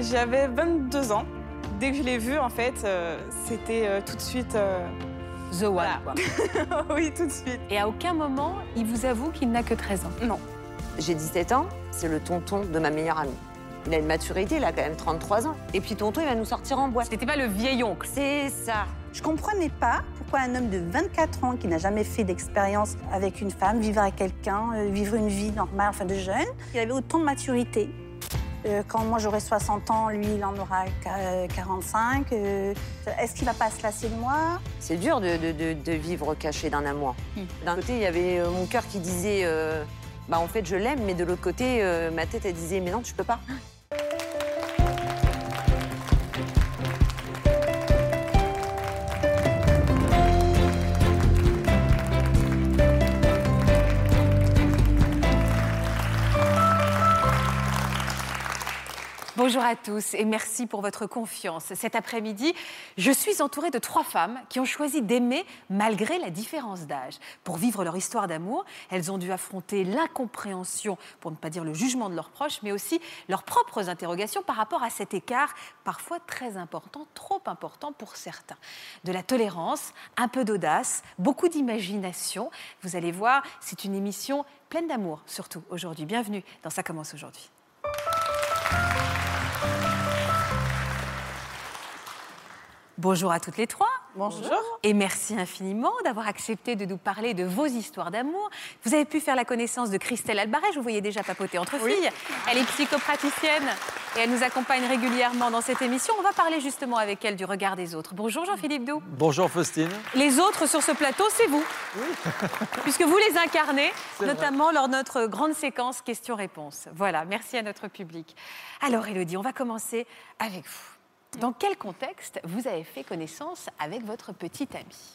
J'avais 22 ans. Dès que je l'ai vu, en fait, euh, c'était euh, tout de suite. euh, The One, Voilà. quoi. oui, tout de suite. Et à aucun moment, il vous avoue qu'il n'a que 13 ans. J'ai 17 ans, c'est le tonton de ma meilleure amie. Il a une maturité, il a quand même 33 ans. Et puis tonton, il va nous sortir en boîte. C'était pas le vieil oncle. C'est ça. Je comprenais pas pourquoi un homme de 24 ans qui n'a jamais fait d'expérience avec une femme, vivre avec quelqu'un, euh, vivre une vie normale, enfin de jeune, il avait autant de maturité. Euh, quand moi j'aurai 60 ans, lui il en aura qua- euh, 45. euh, Est-ce qu'il va pas se lasser de moi C'est dur de, de- de- de vivre caché d'un amour. Hmm. D'un côté, il y avait euh, mon cœur qui disait, euh, bah en fait je l'aime, mais de l'autre côté, euh, ma tête elle disait, mais non, tu peux pas. Bonjour à tous et merci pour votre confiance. Cet après-midi, je suis entourée de trois femmes qui ont choisi d'aimer malgré la différence d'âge. Pour vivre leur histoire d'amour, elles ont dû affronter l'incompréhension, pour ne pas dire le jugement de leurs proches, mais aussi leurs propres interrogations par rapport à cet écart parfois très important, trop important pour certains. De la tolérance, un peu d'audace, beaucoup d'imagination. Vous allez voir, c'est une émission pleine d'amour, surtout aujourd'hui. Bienvenue dans Ça commence aujourd'hui. Bonjour à toutes les trois. Bonjour. Et merci infiniment d'avoir accepté de nous parler de vos histoires d'amour. Vous avez pu faire la connaissance de Christelle Albaret, je vous voyais déjà papoter entre filles. Elle est psychopraticienne et elle nous accompagne régulièrement dans cette émission. On va parler justement avec elle du regard des autres. Bonjour Jean-Philippe Doux. Bonjour Faustine. Les autres sur ce plateau, c'est vous. Puisque vous les incarnez, C'est vrai. notamment lors de notre grande séquence questions-réponses. Voilà, merci à notre public. Alors Elodie, on va commencer avec vous. Dans quel contexte vous avez fait connaissance avec votre petite amie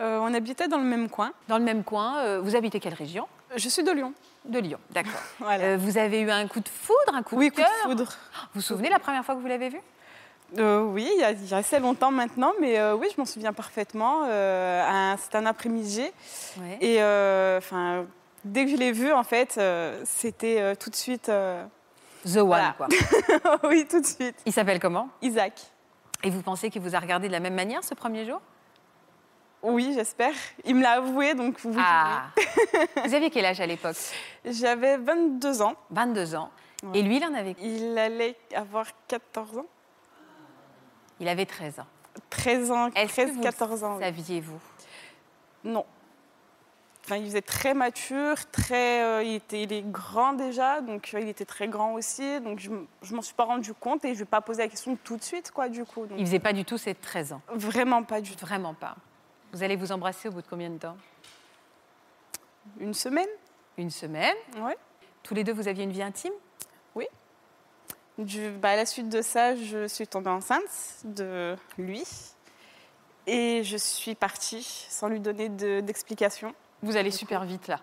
Euh, on habitait dans le même coin. Dans le même coin, euh, vous habitez quelle région Je suis de Lyon. De Lyon, d'accord. Voilà. Euh, vous avez eu un coup de foudre, un coup oui, de coup cœur de foudre. Vous vous souvenez la première fois que vous l'avez vue Euh, oui, il y, a, il y a assez longtemps maintenant, mais euh, oui, je m'en souviens parfaitement. Euh, un- C'était un après-midi. Oui. Et euh, enfin, dès que je l'ai vu, en fait, euh, c'était euh, tout de suite. euh, The One, Voilà. quoi. oui, tout de suite. Il s'appelle comment Isaac. Et vous pensez qu'il vous a regardé de la même manière ce premier jour Oui, j'espère. Il me l'a avoué, donc oui. Ah Vous aviez quel âge à l'époque J'avais 22 ans. 22 ans. Ouais. Et lui, il en avait Il allait avoir 14 ans. Il avait 13 ans. 13 ans, Est-ce que vous 13, 14 ans. oui. Saviez-vous Non. Enfin, il faisait très mature, très, euh, il, était, il est grand déjà, donc euh, il était très grand aussi. Donc je m- je m'en suis pas rendu compte et je vais pas poser la question tout de suite, quoi, du coup. donc Il faisait pas du tout ses 13 ans. Vraiment pas du tout. Vraiment pas. Vous allez vous embrasser au bout de combien de temps Une semaine Une semaine. Ouais. Tous les deux, vous aviez une vie intime Je- bah, à la suite de ça, je suis tombée enceinte de lui et je suis partie sans lui donner de- d'explication. Vous allez super vite là.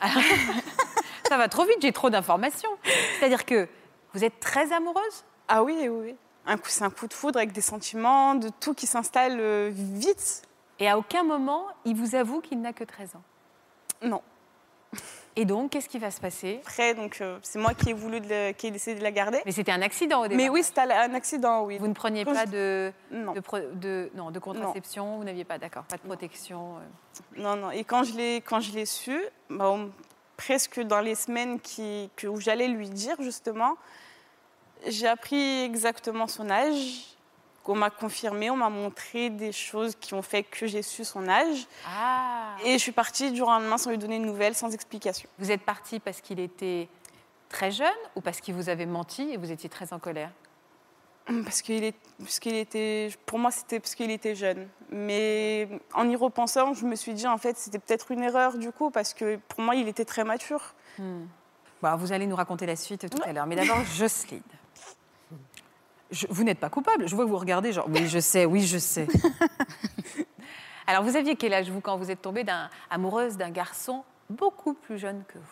Alors, ça va trop vite, j'ai trop d'informations. C'est-à-dire que vous êtes très amoureuse Ah oui, oui, oui. Un coup, c'est un coup de foudre avec des sentiments, de tout qui s'installe euh, vite. et à aucun moment il vous avoue qu'il n'a que 13 ans. Non. Et donc, qu'est-ce qui va se passer Après, donc euh, c'est moi qui ai voulu, de la- qui ai décidé de la garder. Mais c'était un accident au départ. Mais oui, c'était un accident, oui. Vous ne preniez Quand pas je- de, Non, de, pro- de- non, de contraception, vous n'aviez pas, d'accord, pas de protection. euh. non, non. Et quand je l'ai, quand je l'ai su, bah, on- presque dans les semaines qui, que, où j'allais lui dire justement, j'ai appris exactement son âge. On m'a confirmé, on m'a montré des choses qui ont fait que j'ai su son âge. Ah Et je suis partie du jour au lendemain sans lui donner de nouvelles, sans explication. Vous êtes parti parce qu'il était très jeune ou parce qu'il vous avait menti et vous étiez très en colère Parce qu'il est, parce qu'il était, pour moi, c'était parce qu'il était jeune. Mais en y repensant, je me suis dit, en fait, c'était peut-être une erreur du coup, parce que pour moi, il était très mature. Bon, vous allez nous raconter la suite tout à l'heure. Mais d'abord, Jocelyne. Je- vous n'êtes pas coupable. Je vois que vous regardez genre, oui, je sais, oui, je sais. Alors, vous aviez quel âge, vous, quand vous êtes tombée d'un, amoureuse d'un garçon beaucoup plus jeune que vous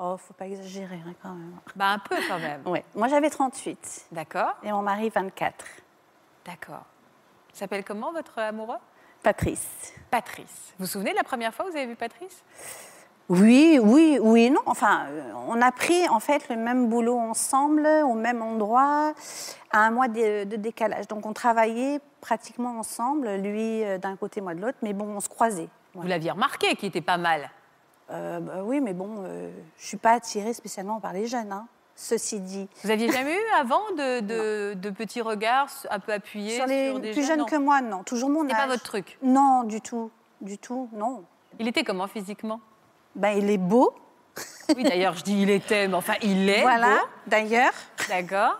Oh, faut pas exagérer hein, quand même. Bah, un peu quand même. Ouais. Moi, j'avais 38 D'accord, et mon mari 24. d'accord. Il s'appelle comment, votre amoureux Patrice. Patrice. Vous vous souvenez de la première fois que vous avez vu Patrice Oui, oui, oui, et non. Enfin, euh, on a pris en fait le même boulot ensemble, au même endroit, à un mois de, de décalage. Donc, on travaillait pratiquement ensemble, lui euh, d'un côté, moi de l'autre. Mais bon, on se croisait. Ouais. Vous l'aviez remarqué qu'il était pas mal. Euh, bah oui, mais bon, euh, je suis pas attirée spécialement par les jeunes. hein. Ceci dit, Vous aviez jamais eu avant de, de- de petits regards un peu appuyés sur sur, les des plus jeunes non. que moi, non. Toujours mon C'était âge. pas votre truc. Non, du tout, du tout, non. Il était comment physiquement Ben, il est beau, Oui, d'ailleurs, je dis il était, mais enfin, il est. voilà. beau, D'ailleurs, D'accord.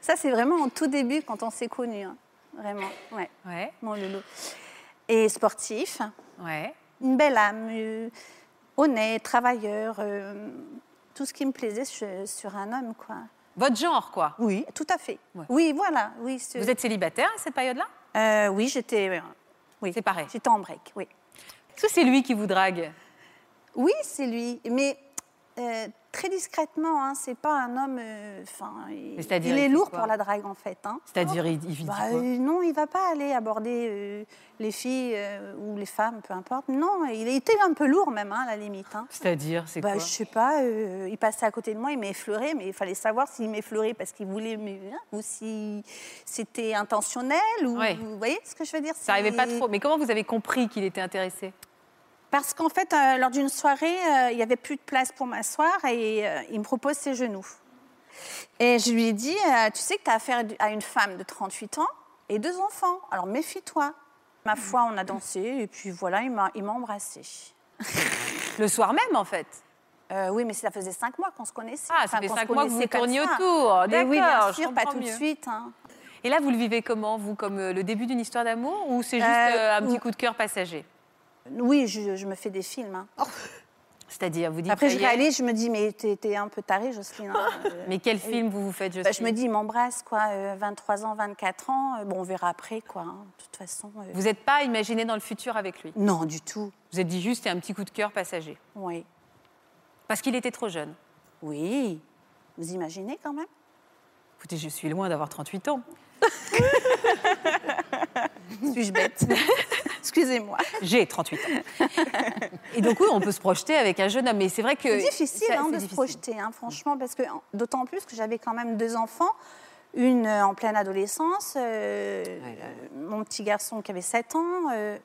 ça c'est vraiment en tout début quand on s'est connus, hein. vraiment. Ouais, Ouais, mon loulou. Et sportif, ouais. une belle âme, euh, honnête, travailleur, euh, tout ce qui me plaisait sur, sur un homme, quoi. Votre genre, quoi. Oui, tout à fait. Ouais. Oui, voilà, oui. ce- Vous êtes célibataire à cette période-là Euh, oui, j'étais. Oui. Séparée. J'étais en break, oui. Est-ce que c'est lui qui vous drague Oui, c'est lui, mais euh, très discrètement. Hein, c'est pas un homme. euh, Enfin, il, Mais c'est-à-dire, il il est fait lourd quoi pour la drague en fait. hein. C'est-à-dire, il, il dit Bah, quoi euh, non, il va pas aller aborder euh, les filles euh, ou les femmes, peu importe. Non, il était un peu lourd même hein, à la limite. Hein. C'est-à-dire, c'est Bah, quoi je sais pas, euh, il passait à côté de moi, il m'effleurait, mais il fallait savoir s'il m'effleurait parce qu'il voulait, me- hein, ou si c'était intentionnel, ou Ouais. vous voyez ce que je veux dire Ça arrivait pas C'est- trop. Mais comment vous avez compris qu'il était intéressé Parce qu'en fait, euh, lors d'une soirée, euh, il n'y avait plus de place pour m'asseoir et euh, il me propose ses genoux. Et je lui ai dit, euh, tu sais que tu as affaire à une femme de 38 ans et deux enfants, alors méfie-toi. Ma foi, on a dansé et puis voilà, il m'a il m'a embrassée. Le soir même, en fait. Euh, oui, mais ça faisait cinq mois qu'on se connaissait. Ah, ça fait qu'on se cinq mois que vous connaissait vous tourniez comme ça. autour. Ben oui, Ah, D'accord, bien je sûr, pas comprends tout de mieux. suite. hein. Et là, vous le vivez comment, vous Comme euh, le début d'une histoire d'amour Ou c'est juste Euh, euh, un ou- petit coup de cœur passager Oui, je, je me fais des films. hein. C'est-à-dire, vous dites. Après, ça je y est, réalise, je me dis, mais t'es t'es un peu tarée, Jocelyne. hein. Euh, Mais quel film vous vous faites, Bah, je me Jocelyne dis, il m'embrasse, quoi, euh, 23 ans, 24 ans, euh, bon, on verra après, quoi, hein, de toute façon. euh. Vous n'êtes pas imaginé dans le futur avec lui. Non, du tout, Vous êtes dit juste, c'est un petit coup de cœur passager. oui. Parce qu'il était trop jeune. Oui, vous imaginez quand même Écoutez, je suis loin d'avoir 38 ans. Suis-je bête Excusez-moi. J'ai 38 ans. Et donc, oui, on peut se projeter avec un jeune homme. Mais c'est vrai que. C'est difficile ça, hein, c'est de se difficile. projeter, hein, franchement, parce que en- d'autant plus que j'avais quand même deux enfants, une euh, en pleine adolescence, euh, euh, mon petit garçon qui avait 7 ans. euh,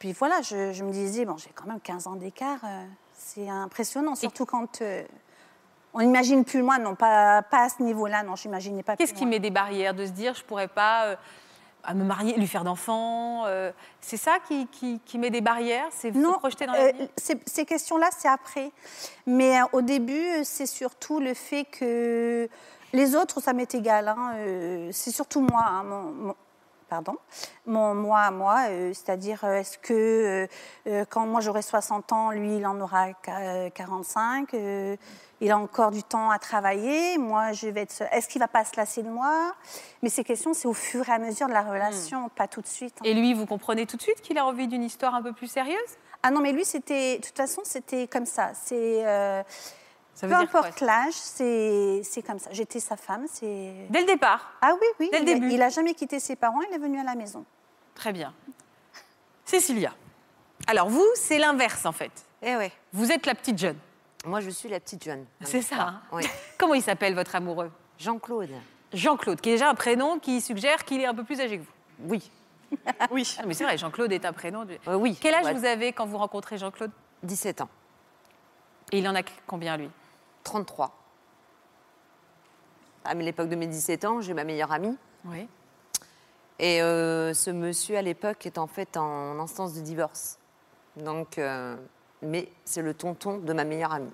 puis voilà, je, je me disais, bon, j'ai quand même 15 ans d'écart, euh, c'est impressionnant, surtout quand euh, on imagine plus loin, non, pas, pas à ce niveau-là, non, j'imaginais pas Qu'est-ce plus qui loin. met des barrières De se dire, je pourrais pas euh, à me marier, lui faire d'enfant. euh, c'est ça qui, qui- qui met des barrières C'est vous projeter dans euh, l'avenir ces, ces questions-là, c'est après. Mais euh, au début, euh, c'est surtout le fait que les autres, ça m'est égal. hein, euh, c'est surtout moi, hein, mon, mon- pardon, mon moi à moi. euh, C'est-à-dire, euh, est-ce que euh, euh, quand moi j'aurai 60 ans, lui, il en aura qua- euh, 45 euh, il a encore du temps à travailler, moi je vais être. seule. Est-ce qu'il va pas se lasser de moi Mais ces questions, c'est au fur et à mesure de Hmm. la relation, pas tout de suite. hein. Et lui, vous comprenez tout de suite qu'il a envie d'une histoire un peu plus sérieuse Ah non, mais lui, c'était. De toute façon, c'était comme ça. C'est. euh, Ça veut peu dire quoi, importe l'âge, c'est c'est comme ça. J'étais sa femme, c'est. Dès le départ. Ah oui, oui. Dès le il, a- début. il a jamais quitté ses parents, il est venu à la maison. Très bien. Cécilia. Alors, vous, c'est l'inverse, en fait. Eh ouais. Vous êtes la petite jeune. Moi, je suis la petite jeune. C'est ça. hein Oui. Comment il s'appelle, votre amoureux Jean-Claude. Jean-Claude, qui est déjà un prénom qui suggère qu'il est un peu plus âgé que vous. Oui. Oui. Ah, mais c'est vrai, Jean-Claude est un prénom. de- Euh, oui. Quel âge Ouais, vous avez quand vous rencontrez Jean-Claude 17 ans. Et il en a combien, lui 33. À Ah, l'époque de mes 17 ans, j'ai ma meilleure amie. Oui. Et euh, ce monsieur, à l'époque, est en fait en instance de divorce. Donc, euh, mais c'est le tonton de ma meilleure amie.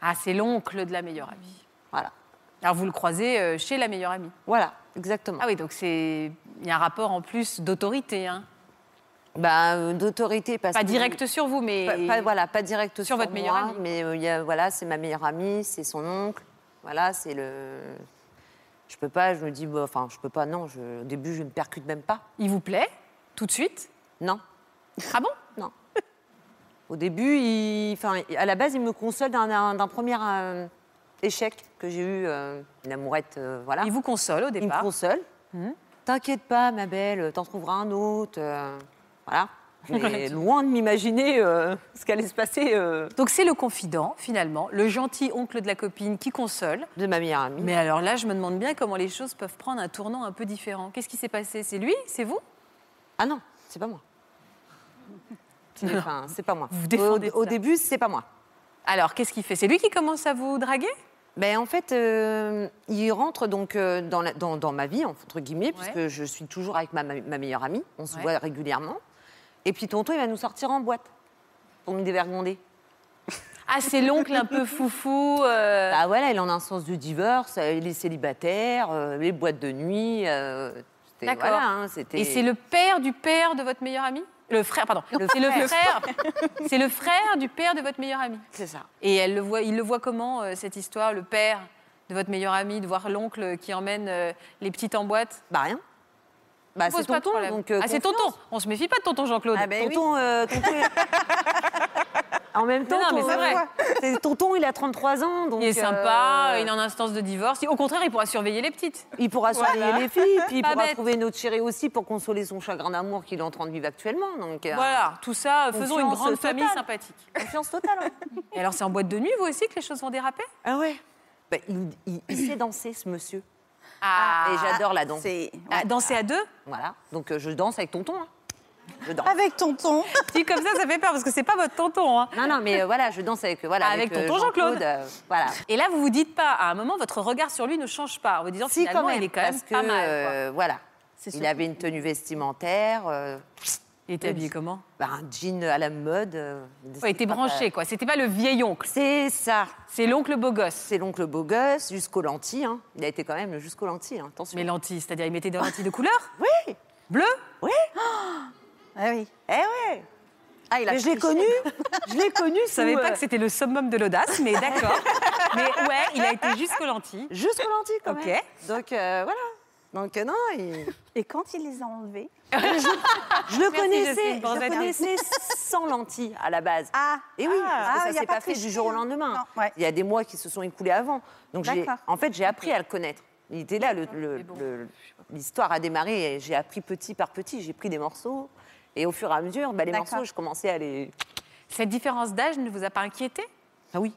Ah, c'est l'oncle de la meilleure amie. Voilà. Alors vous le croisez euh, chez la meilleure amie. Voilà, exactement. Ah oui, donc c'est il y a un rapport en plus d'autorité, hein. Bah, euh, d'autorité parce pas que- direct sur vous, mais Pas, pas- voilà, pas direct sur, votre meilleure moi, amie. Mais euh, il y a- voilà, c'est ma meilleure amie, c'est son oncle. Voilà, c'est le. Je peux pas, je me dis, bah, enfin, je peux pas, non. je- au début, je ne percute même pas. il vous plaît tout de suite Non. Ah bon Au début, il- enfin, à la base, il me console d'un- d'un d'un premier euh, échec que j'ai eu, euh, une amourette, euh, voilà. Hum. Il vous console au Il me départ. console. T'inquiète pas, ma belle, t'en trouveras un autre. euh, voilà. Mais loin de m'imaginer euh, ce qu'allait se passer euh, Donc c'est le confident finalement, le gentil oncle de la copine qui console. de ma meilleure amie. Mais alors là, je me demande bien comment les choses peuvent prendre un tournant un peu différent. Qu'est-ce qui s'est passé C'est lui C'est vous Ah non, c'est pas moi. Enfin, c'est pas moi. Vous défendez au, au ça. début, c'est pas moi. Alors qu'est-ce qu'il fait C'est lui qui commence à vous draguer Ben, en fait, euh, il rentre donc euh, dans, la- dans- dans ma vie, entre guillemets, puisque je suis toujours avec ma, ma- ma meilleure amie. On se Ouais. voit régulièrement. Et puis, tonton, il va nous sortir en boîte pour nous dévergonder. Euh. Ah, c'est l'oncle un peu foufou. euh, Bah voilà, il en a un sens du divorce, euh, il est célibataire, euh, les boîtes de nuit. euh, c'était- D'accord. voilà, hein, c'était- Et c'est le père du père de votre meilleur ami Le frère, pardon. Le C'est le frère. C'est le frère du père de votre meilleur ami. C'est ça. Et elle le voit, il le voit comment euh, cette histoire, le père de votre meilleur ami, de voir l'oncle qui emmène euh, les petites en boîte. Bah rien. Bah, Pose c'est pas de tonton, problème. donc. euh, ah, c'est confiance. tonton. On se méfie pas de tonton Jean-Claude. Ah ben tonton, euh, tonton, il- en même temps, non, mais ton- c'est vrai. c'est- tonton, il a 33 ans, donc Il est sympa, euh, il est en instance de divorce. Au contraire, il pourra surveiller les petites. il pourra surveiller les filles, puis il Pas pourra bête. trouver notre chérie aussi pour consoler son chagrin d'amour qu'il est en train de vivre actuellement. Donc euh, Voilà, tout ça, faisons une Confiance grande totale. famille sympathique. confiance totale. hein. Et alors, c'est en boîte de nuit, vous aussi, que les choses vont déraper Ah ouais. Bah, il, il- il sait danser ce monsieur. Ah, Et j'adore la danse. C'est Ah, danser à deux Voilà. Donc euh, je danse avec tonton. hein. Je Ah, danse. avec tonton. Dit comme ça, ça fait peur parce que c'est pas votre tonton. hein. Non non mais euh, voilà, je danse avec euh, voilà Avec euh, tonton Jean-Claude. euh, voilà. Et là, vous vous dites pas, à un moment, votre regard sur lui ne change pas. En vous disant, finalement, il est quand même parce que pas mal. quoi. euh, voilà. C'est Il surtout- avait une tenue vestimentaire. euh, Il était habillé comment bah, un jean à la mode. euh, Ouais, il était pas- branché, quoi. C'était pas le vieil oncle. C'est ça. C'est l'oncle beau gosse. C'est l'oncle beau gosse jusqu'au lentilles. hein. Il a été quand même jusqu'au lentilles. hein. Attention. Mais lentilles, c'est-à-dire, il mettait des lentilles de couleur Oui. Bleu Ah oui. Eh ouais. Ah, il a Mais je l'ai triché. connu. je l'ai connu. euh, Je savais pas que c'était le summum de l'audace, mais d'accord. mais ouais, il a été jusqu'aux lentilles. Jusqu'au lentilles quand Ok. même. Donc euh, voilà. Donc euh, non, il- Et quand il les a enlevés je le Merci, Jocelyne connaissais. Je Brunzetta. le connaissais sans lentilles à la base. Ah Et oui, Ah, parce que il y ça a s'est pas pas, de fait du tricherie, jour au hein. lendemain. Non, ouais. Il y a des mois qui se sont écoulés avant. Donc j'ai, D'accord. en fait, j'ai appris à le connaître. Il était là, le- le- Mais bon. le- l'histoire a démarré et j'ai appris petit par petit. J'ai pris des morceaux et au fur et à mesure, bah, les D'accord. morceaux, je commençais à les. Cette différence d'âge ne vous a pas inquiété Ah oui.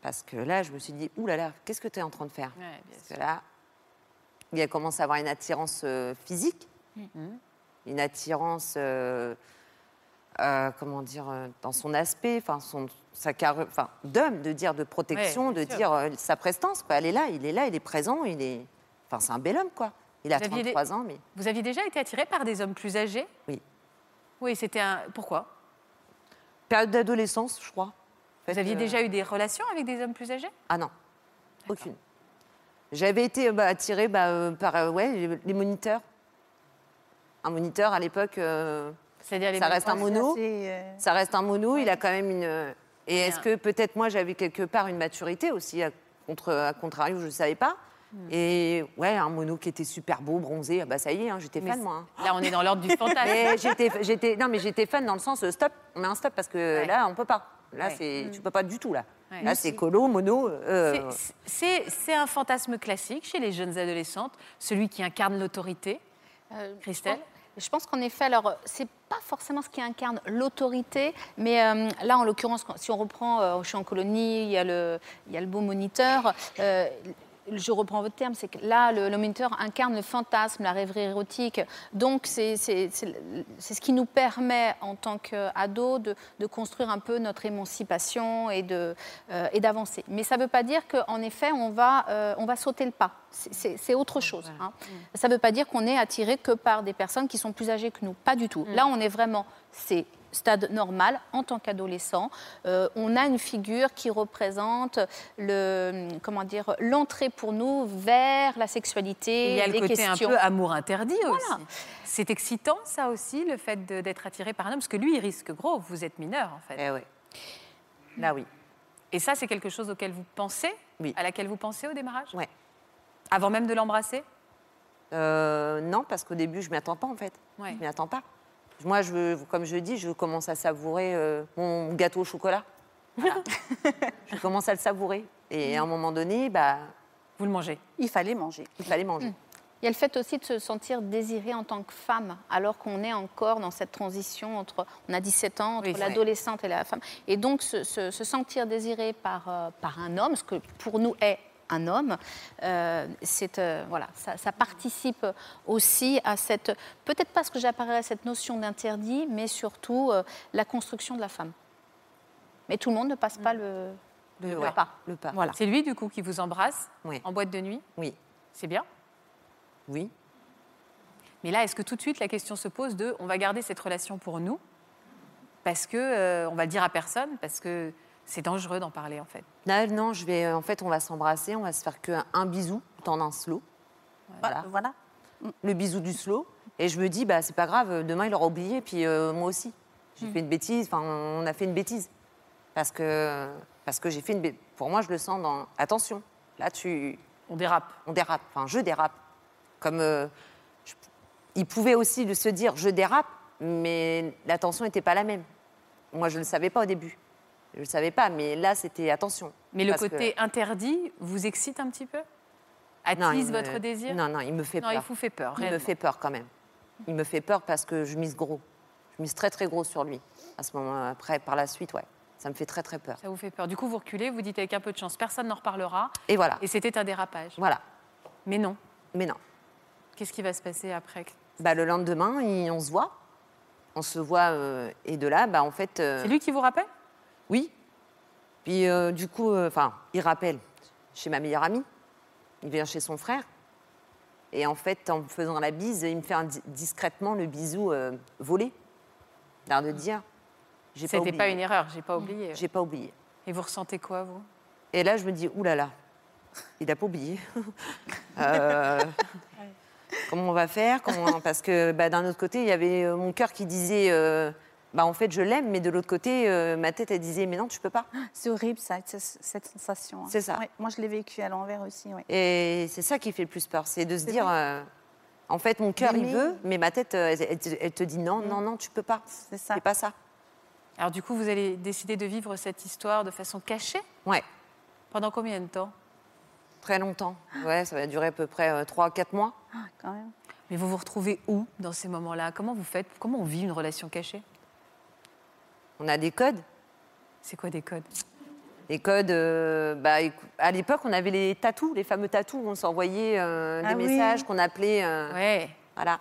Parce que là, je me suis dit, ouh là là, qu'est-ce que tu es en train de faire Ouais, bien Parce que là, il a commencé à avoir une attirance euh, physique, Mm. Mm. une attirance, euh, euh, comment dire, euh, dans son aspect, enfin, son, sa carrure, enfin, d'homme, de dire de protection, Ouais, bien de sûr. dire euh, sa prestance, quoi. Elle est là, il est là, il est présent, il est, enfin, c'est un bel homme, quoi. Il a Vous aviez des- 33 ans, mais Vous aviez déjà été attiré par des hommes plus âgés Oui. Oui, c'était un. Pourquoi période d'adolescence, je crois. En fait, Vous aviez euh, déjà eu des relations avec des hommes plus âgés Ah non, aucune. J'avais été euh, bah, attirée bah, euh, par euh, ouais, les- les moniteurs. Un moniteur à l'époque, euh, C'est-à-dire les ça reste un mono. C'est, euh, Ça reste un mono. Il a quand même une. euh, Et est-ce un- que peut-être moi j'avais quelque part une maturité aussi à contre à contrario, je ne savais pas. Hmm. Et ouais, un mono qui était super beau, bronzé. Ah Bah ça y est, hein, j'étais Mais fan moi. hein. Là, on est dans l'ordre du fantasme. Mais j'étais, j'étais, non mais j'étais fan dans le sens euh, stop. On met un stop parce que Ouais. là on peut pas. Là Ouais. Hmm. c'est, tu peux pas du tout là. Ouais. Là c'est colo, mono. euh, C'est- C'est c'est un fantasme classique chez les jeunes adolescentes, celui qui incarne l'autorité. Euh, Christelle Je pense, je pense qu'en effet, alors, c'est pas forcément ce qui incarne l'autorité, mais euh, là, en l'occurrence, quand- si on reprend, euh, je suis en colonie, il y a le, il y a le beau moniteur. euh, je reprends votre terme, c'est que là, le, le moniteur incarne le fantasme, la rêverie érotique. Donc, c'est c'est- c'est- c'est ce qui nous permet, en tant qu'ado, de, de construire un peu notre émancipation et de- euh, et d'avancer. Mais ça ne veut pas dire qu'en effet, on va, euh, on va sauter le pas. c'est- c'est c'est autre chose. hein. Mm. Ça ne veut pas dire qu'on est attiré que par des personnes qui sont plus âgées que nous, pas du tout. Mm. Là, on est vraiment, c'est stade normal en tant qu'adolescent. Euh, on a une figure qui représente le, comment dire, l'entrée pour nous vers la sexualité, Il y a le les côté questions. un peu amour interdit aussi. C'est excitant, ça aussi, le fait de- d'être attiré par un homme, parce que lui, il risque gros. Vous êtes mineur, en fait. Eh oui. Là, oui. Et ça, c'est quelque chose auquel vous pensez, Oui. à laquelle vous pensez au démarrage Ouais. Avant même de l'embrasser Euh, non, parce qu'au début, je m'y attends pas, en fait. Ouais. Je m'y attends pas. Moi, je veux, comme je dis, je commence à savourer euh, mon gâteau au chocolat. Voilà. je commence à le savourer. Et Mm. à un moment donné, bah, Vous le mangez Il fallait manger. il fallait Mm. manger. Il y a le fait aussi de se sentir désirée en tant que femme, alors qu'on est encore dans cette transition entre, on a 17 ans, entre Oui, c'est vrai. l'adolescente et la femme. Et donc, se, se- se sentir désirée par, euh, par un homme, ce que pour nous est un homme, euh, c'est, euh, voilà, ça, ça participe aussi à cette, peut-être pas ce que j'appellerais cette notion d'interdit, mais surtout euh, la construction de la femme. Mais tout le monde ne passe pas le, le ouais, pas. Le pas. Voilà. C'est lui, du coup, qui vous embrasse Ouais. en boîte de nuit Oui. C'est bien. Oui. Mais là, est-ce que tout de suite, la question se pose de on va garder cette relation pour nous Parce que euh, on va le dire à personne, parce que c'est dangereux d'en parler, en fait. Là, non, je vais. En fait, on va s'embrasser, on va se faire qu'un un bisou, tant d'un slow. Voilà. Voilà. voilà. le bisou du slow. Et je me dis, bah, c'est pas grave, demain il aura oublié, puis euh, moi aussi. J'ai Hmm. fait une bêtise, enfin, on a fait une bêtise. Parce que, parce que j'ai fait une bêtise. Pour moi, je le sens dans. Attention, là, tu. On dérape. On dérape, enfin, je dérape. Comme. euh, je- Il pouvait aussi de se dire, je dérape, mais l'attention n'était pas la même. Moi, je ne le savais pas au début. Je ne le savais pas, mais là, c'était attention. Mais le Parce que- côté interdit vous excite un petit peu Non, il Attise me- votre désir Non, non, il me fait Non, peur. il vous fait peur, Il me réellement. fait peur quand même. Il me fait peur parce que je mise gros. Je mise très très gros sur lui. À ce moment après, par la suite, ouais. Ça me fait très très peur. Ça vous fait peur. Du coup, vous reculez, vous dites avec un peu de chance, personne n'en reparlera. Et voilà. Et c'était un dérapage. Voilà. Mais non. Euh, Mais non. Qu'est-ce qui va se passer après Bah, le lendemain, il- on se voit. On se voit euh, et de là, bah, en fait. euh, C'est lui qui vous rappelle Oui. Puis euh, du coup, euh, enfin, il rappelle chez ma meilleure amie. Il vient chez son frère. Et en fait, en me faisant la bise, il me fait un di- discrètement le bisou euh, volé. L'air de dire. J'ai pas Mmh. C'était oublié. pas une erreur, j'ai pas oublié. J'ai pas oublié. Et vous ressentez quoi, vous Et là, je me dis, oulala, là là, il a pas oublié. Euh, comment on va faire Comment- Parce que bah, d'un autre côté, il y avait euh, mon cœur qui disait, euh, bah, en fait, je l'aime, mais de l'autre côté, euh, ma tête, elle disait, mais non, tu peux pas. C'est horrible, ça, c'est- cette sensation. hein. C'est ça. Ouais, moi, je l'ai vécu à l'envers aussi. ouais. Et c'est ça qui fait le plus peur, c'est de se C'est dire, vrai. euh, en fait, mon cœur, il D'aimer. veut, mais ma tête, euh, elle, elle te- elle te dit, non, non, non, tu peux pas. Mm. C'est ça. C'est pas ça. Alors, du coup, vous allez décider de vivre cette histoire de façon cachée Ouais, Pendant combien de temps très longtemps. Ouais, ça va durer à peu près 3-4 mois. Ah, quand même. Mais vous vous retrouvez où dans ces moments-là Comment vous faites Comment on vit une relation cachée On a des codes. C'est quoi des codes Les codes, euh, bah, écou- à l'époque, on avait les tatous, les fameux tatous où on s'envoyait euh, des Ah oui. messages qu'on appelait. euh, Ouais. Voilà.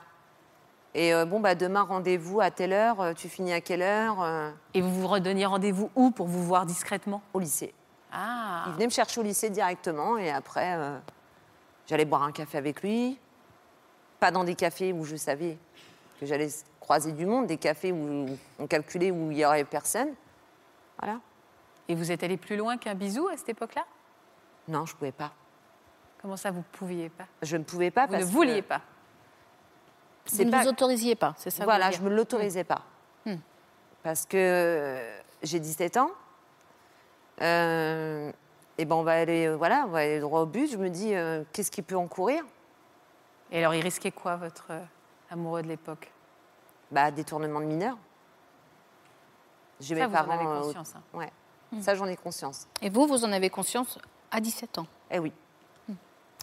Et euh, bon, bah, demain, rendez-vous à telle heure, euh, tu finis à quelle heure euh, Et vous vous redonniez rendez-vous où pour vous voir discrètement Au lycée. Ah Il venait me chercher au lycée directement et après, euh, j'allais boire un café avec lui. Pas dans des cafés où je savais que j'allais croiser du monde, des cafés où on calculait où il y aurait personne. Voilà. Et vous êtes allé plus loin qu'un bisou à cette époque-là Non, je pouvais pas. Comment ça, vous pouviez pas Je ne pouvais pas Vous parce ne vouliez que pas Vous c'est ne pas- vous autorisiez pas, c'est ça que vous Voilà, voulez je ne me l'autorisais pas. Hmm. Parce que euh, j'ai 17 ans. Euh, et ben on va aller, euh, voilà, on va aller droit au but. Je me dis, euh, qu'est-ce qui peut en courir Et alors, il risquait quoi, votre euh, amoureux de l'époque Bah, détournement de mineurs. J'ai Ça, mes vous en avez parents. euh, conscience. hein. ouais. Ça, j'en ai conscience. Et vous, vous en avez conscience à 17 ans. Eh oui.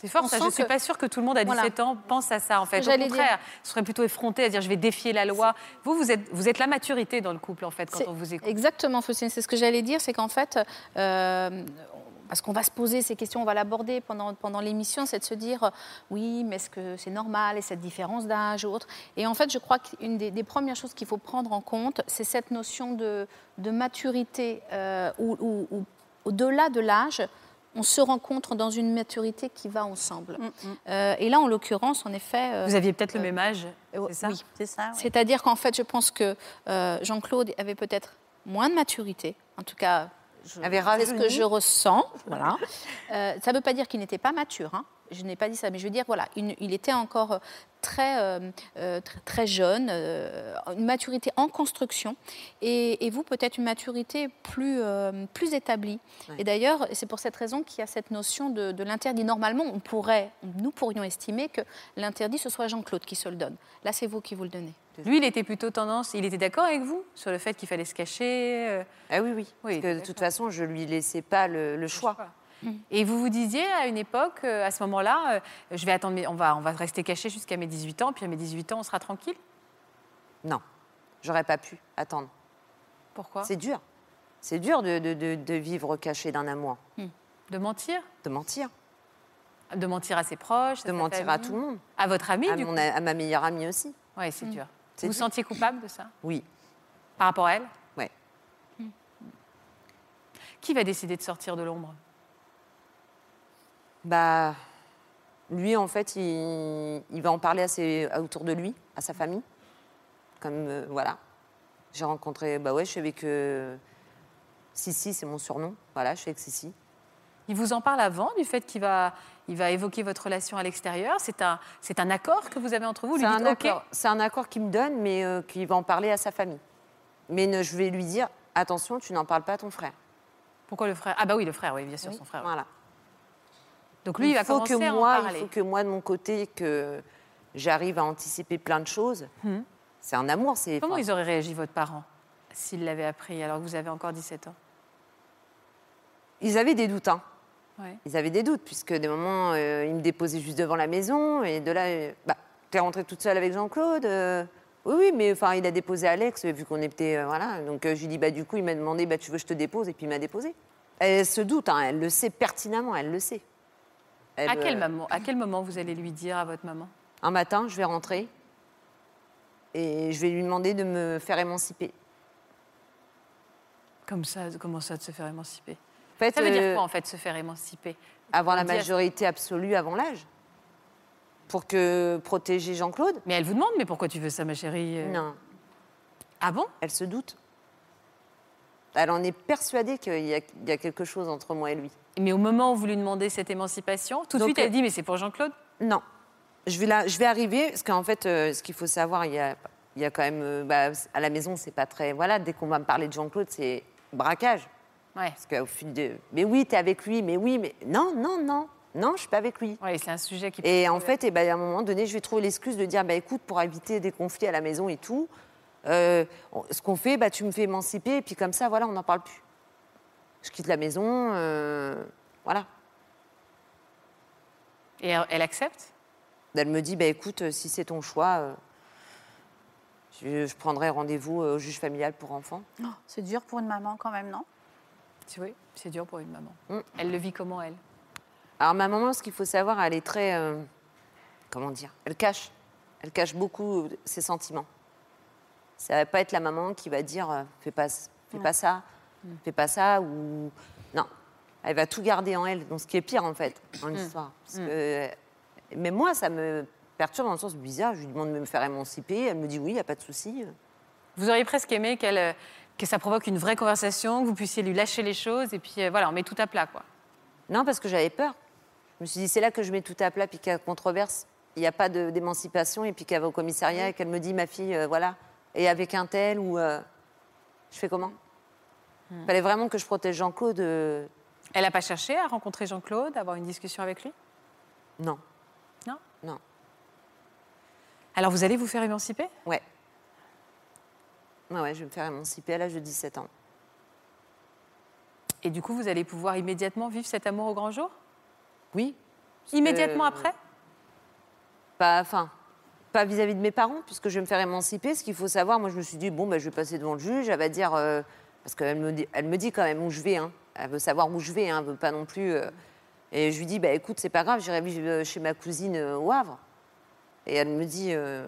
C'est fort, On ça. Je sent ne suis que- pas sûre que tout le monde à Voilà. 17 ans pense à ça, en fait. que Au j'allais contraire, je serais plutôt effronté à dire je vais défier la loi. Vous, vous êtes, vous êtes la maturité dans le couple, en fait, quand C'est- on vous écoute. Exactement, Faustine. C'est ce que j'allais dire, c'est qu'en fait, euh, parce qu'on va se poser ces questions, on va l'aborder pendant, pendant l'émission, c'est de se dire, euh, oui, mais est-ce que c'est normal et cette différence d'âge ou autre Et en fait, je crois qu'une des, des premières choses qu'il faut prendre en compte, c'est cette notion de, de maturité euh, où, où- où, au-delà de l'âge, on se rencontre dans une maturité qui va ensemble. Euh, et là, en l'occurrence, en effet. euh, Mm, Vous aviez peut-être le même âge, euh, c'est ça oui. C'est Ah ça. oui. C'est-à-dire qu'en fait, je pense que euh, Jean-Claude avait peut-être moins de maturité, en tout cas, je- Avait c'est ce que rajeuni. je ressens. Voilà. Euh, ça ne veut pas dire qu'il n'était pas mature. hein. Je n'ai pas dit ça, mais je veux dire, voilà, une- il était encore euh, très, euh, euh, très, très jeune, euh, une maturité en construction, et, et vous, peut-être une maturité plus, euh, plus établie. Et d'ailleurs, c'est pour cette raison qu'il y a cette notion de, de l'interdit. Normalement, on pourrait, nous pourrions estimer que l'interdit, ce soit Jean-Claude qui se le donne. Là, c'est vous qui vous le donnez. Lui, il était plutôt tendance, il était d'accord avec vous sur le fait qu'il fallait se cacher. euh, Ah oui, oui. Oui, Parce que de d'accord. toute façon, je lui laissais pas le, le choix. Mm. Et vous vous disiez à une époque, euh, à ce moment-là, euh, je vais attendre, mes- on va, on va rester caché jusqu'à mes 18 ans, puis à mes 18 ans, on sera tranquille. Non, j'aurais pas pu attendre. Pourquoi C'est dur. C'est dur de, de- de- de vivre caché d'un amour, De mentir, de mentir, de mentir à ses proches, de mentir à tout le monde, à votre ami. à, du mon- coup. à ma meilleure amie aussi. Ouais, c'est dur. C'est Vous vous dur. sentiez coupable de ça Oui, par rapport à elle Mm. ouais. Qui va décider de sortir de l'ombre Bah, lui, en fait, il, il va en parler à ses- à- autour de lui, à sa famille. Comme, euh, voilà. J'ai rencontré, bah ouais, je suis avec euh, Sissi, c'est mon surnom. Voilà, je suis avec Sissi. Il vous en parle avant du fait qu'il va, il va évoquer votre relation à l'extérieur. C'est un, c'est un accord que vous avez entre vous. Vous C'est lui dites un, OK. accord- c'est un accord qu'il me donne, mais euh, qu'il va en parler à sa famille. Mais ne- je vais lui dire, attention, tu n'en parles pas à ton frère. Pourquoi le frère Ah bah oui, le frère, oui, bien sûr, son frère. Voilà. Donc lui, il, va faut commencer que à moi, en parler. Il faut que moi, de mon côté, que j'arrive à anticiper plein de choses. C'est un amour, c'est... Hmm. Comment enfin, ils auraient réagi, votre parent, s'ils l'avaient appris alors que vous avez encore 17 ans ils avaient des doutes, hein. Ouais. Ils avaient des doutes, puisque des moments, euh, ils me déposaient juste devant la maison, et de là, euh, bah, t'es rentrée toute seule avec Jean-Claude euh, Oui, oui, mais enfin, il a déposé Alex, vu qu'on était. euh, voilà. Donc, euh, je lui dis, bah, du coup, il m'a demandé, bah, tu veux que je te dépose Et puis, il m'a déposé. Elle se doute, hein, elle le sait pertinemment, elle le sait. Elle, À quel, euh, moment, à quel moment vous allez lui dire à votre maman Un matin, je vais rentrer, et je vais lui demander de me faire émanciper. Comme ça, comment ça de se faire émanciper En fait, Ça veut dire euh, quoi, en fait, se faire émanciper Avoir la On dit à- majorité absolue avant l'âge. Pour que protéger Jean-Claude Mais elle vous demande, mais pourquoi tu veux ça, ma chérie Euh, Non. Ah bon Elle se doute. Elle en est persuadée qu'il y, a- il y a quelque chose entre moi et lui. Mais au moment où vous lui demandez cette émancipation, tout de Donc, suite, euh, elle dit, mais c'est pour Jean-Claude Non. Je vais, là, je vais arriver, parce qu'en fait, euh, ce qu'il faut savoir, il y a, il y a quand même. euh, bah, à la maison, c'est pas très. Voilà, dès qu'on va me parler de Jean-Claude, c'est braquage. Ouais. Parce qu'au fil de. Mais oui, t'es avec lui, mais oui, mais. Non, non, non. Non, je suis pas avec lui. Ouais, c'est un sujet qui. Et en fait, eh ben, à un moment donné, je vais trouver l'excuse de dire, bah, écoute, pour éviter des conflits à la maison et tout, euh, on- ce qu'on fait, bah, tu me fais émanciper, et puis comme ça, voilà, on n'en parle plus. Je quitte la maison, euh, voilà. Et elle elle accepte Elle me dit, bah, écoute, euh, si c'est ton choix, euh, je, je prendrai rendez-vous euh, au juge familial pour enfants. C'est dur pour une maman quand même, non Tu vois, c'est dur pour une maman. Mm. Elle le vit comment, elle Alors ma maman, ce qu'il faut savoir, elle est très, euh, comment dire, elle cache, elle cache beaucoup euh, ses sentiments. Ça va pas être la maman qui va dire, euh, fais pas, c- fais pas ça, fais pas ça ou non. Elle va tout garder en elle, donc ce qui est pire en fait en histoire. Parce que- mais moi, ça me perturbe dans le sens bizarre. Je lui demande de me faire émanciper, elle me dit oui, y a pas de souci. Vous auriez presque aimé qu'elle, euh, que ça provoque une vraie conversation, que vous puissiez lui lâcher les choses, et puis euh, voilà, on met tout à plat, quoi. Non, parce que j'avais peur. Je me suis dit, c'est là que je mets tout à plat, puis qu'il y a controverse. Il n'y a pas de- d'émancipation, et puis qu'elle va au commissariat et qu'elle me dit, ma fille, euh, voilà, et avec un tel, ou. euh, je fais comment Il fallait vraiment que je protège Jean-Claude. euh, Elle n'a pas cherché à rencontrer Jean-Claude, à avoir une discussion avec lui Non. Non Non. Alors vous allez vous faire émanciper Ouais. Ouais, ouais, je vais me faire émanciper à l'âge de 17 ans. Et du coup, vous allez pouvoir immédiatement vivre cet amour au grand jour Oui Immédiatement Euh, après Pas, enfin, pas vis-à-vis de mes parents, puisque je vais me faire émanciper. Ce qu'il faut savoir, moi, je me suis dit, bon, ben, je vais passer devant le juge, elle va dire. euh, parce qu'elle me, dit- elle me dit quand même où je vais. Hein. Elle veut savoir où je vais, hein, elle veut pas non plus. euh, et je lui dis, bah, écoute, c'est pas grave, j'irai vivre euh, chez ma cousine euh, au Havre. Et elle me dit, euh,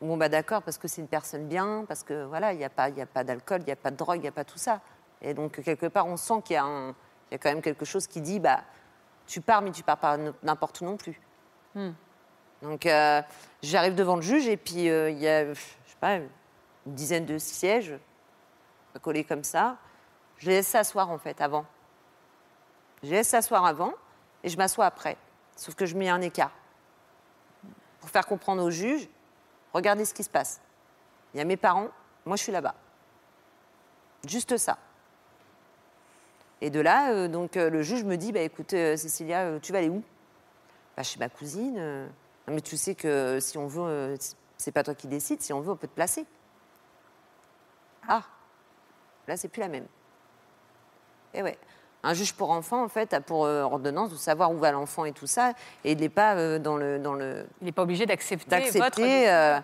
bon, bah, d'accord, parce que c'est une personne bien, parce que voilà, il n'y a pas, il y a pas d'alcool, il n'y a pas de drogue, il n'y a pas tout ça. Et donc, quelque part, on sent qu'il y a un- il y a quand même quelque chose qui dit, bah, tu pars, mais tu pars pas n- n'importe où non plus. Donc, euh, j'arrive devant le juge et puis euh, il y a, pff, je sais pas, une dizaine de sièges collés comme ça. Je les laisse s'asseoir en fait avant. Je les laisse s'asseoir avant et je m'assois après. Sauf que je mets un écart pour faire comprendre au juge. Regardez ce qui se passe. Il y a mes parents, moi je suis là-bas. Juste ça. Et de là, euh, donc euh, le juge me dit, bah écoute, euh, Cécilia, euh, tu vas aller où Bah, Chez ma cousine. euh. Non, mais tu sais que si on veut, euh, c'est- c'est pas toi qui décides, si on veut, on peut te placer. Ah, là c'est plus la même. Et ouais. Un juge pour enfant, en fait, a pour euh, ordonnance de savoir où va l'enfant et tout ça, et il n'est pas euh, dans le dans le Il n'est pas obligé d'accepter, votre. d'accepter. euh,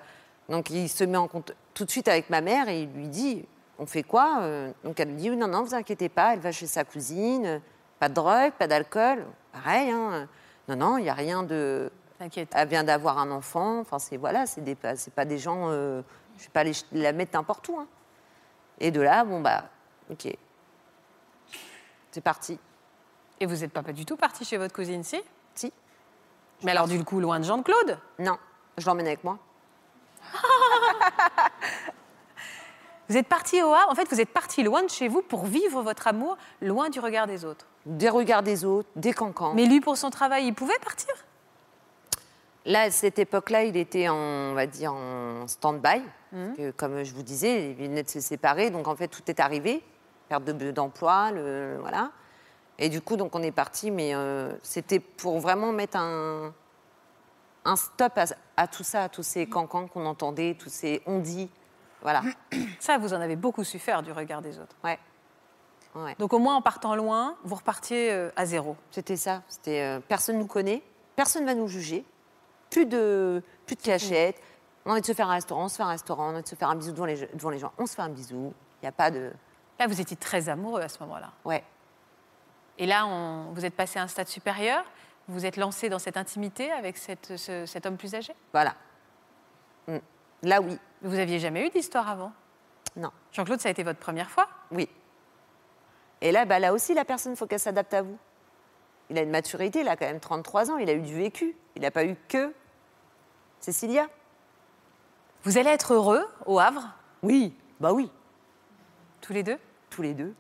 donc il se met en compte tout de suite avec ma mère et il lui dit on fait quoi Euh, Donc elle lui dit non non vous inquiétez pas, elle va chez sa cousine, pas de drogue, pas d'alcool, pareil. hein. Non non il n'y a rien de. T'inquiète. Elle vient d'avoir un enfant. Enfin c'est voilà c'est des pas- c'est pas des gens euh, je vais pas les ch- la mettre n'importe où. hein. Et de là bon bah ok c'est parti. Et vous n'êtes pas, pas du tout parti chez votre cousine, si Si Mais alors, du coup, loin de Jean-Claude non je l'emmène avec moi. Vous êtes parti au Havre, en fait, vous êtes parti loin de chez vous pour vivre votre amour loin du regard des autres. Des regards des autres, des cancans. Mais lui, pour son travail, il pouvait partir Là, à cette époque-là, il était en, on va dire, en stand-by. parce que, Comme je vous disais, il venait de se séparer, donc en fait, tout est arrivé. Perte de- d'emploi, le, voilà. Et du coup, donc on est parti, mais euh, c'était pour vraiment mettre un, un stop à, à tout ça, à tous ces cancans qu'on entendait, tous ces on-dit. Voilà, Ça, vous en avez beaucoup su faire du regard des autres. ouais. ouais. Donc, au moins, en partant loin, vous repartiez euh, à zéro. C'était ça. C'était euh, personne nous connaît, personne va nous juger. Plus de plus de cachette. On a envie de se faire un restaurant, on se fait un restaurant, on a envie de se faire un bisou devant les, devant les gens, on se fait un bisou. Il n'y a pas de Là, vous étiez très amoureux à ce moment-là. ouais. Et là, on- vous êtes passé à un stade supérieur, vous êtes lancé dans cette intimité avec cette- ce- cet homme plus âgé. Voilà. Mm. Là oui, Vous aviez jamais eu d'histoire avant. non, Jean-Claude, ça a été votre première fois. oui. Et là, bah, là aussi, la personne, faut qu'elle s'adapte à vous. Il a une maturité, il a quand même 33 ans, il a eu du vécu, il n'a pas eu que Cécilia. Vous allez être heureux au Havre, Oui, bah oui, tous les deux. tous les deux.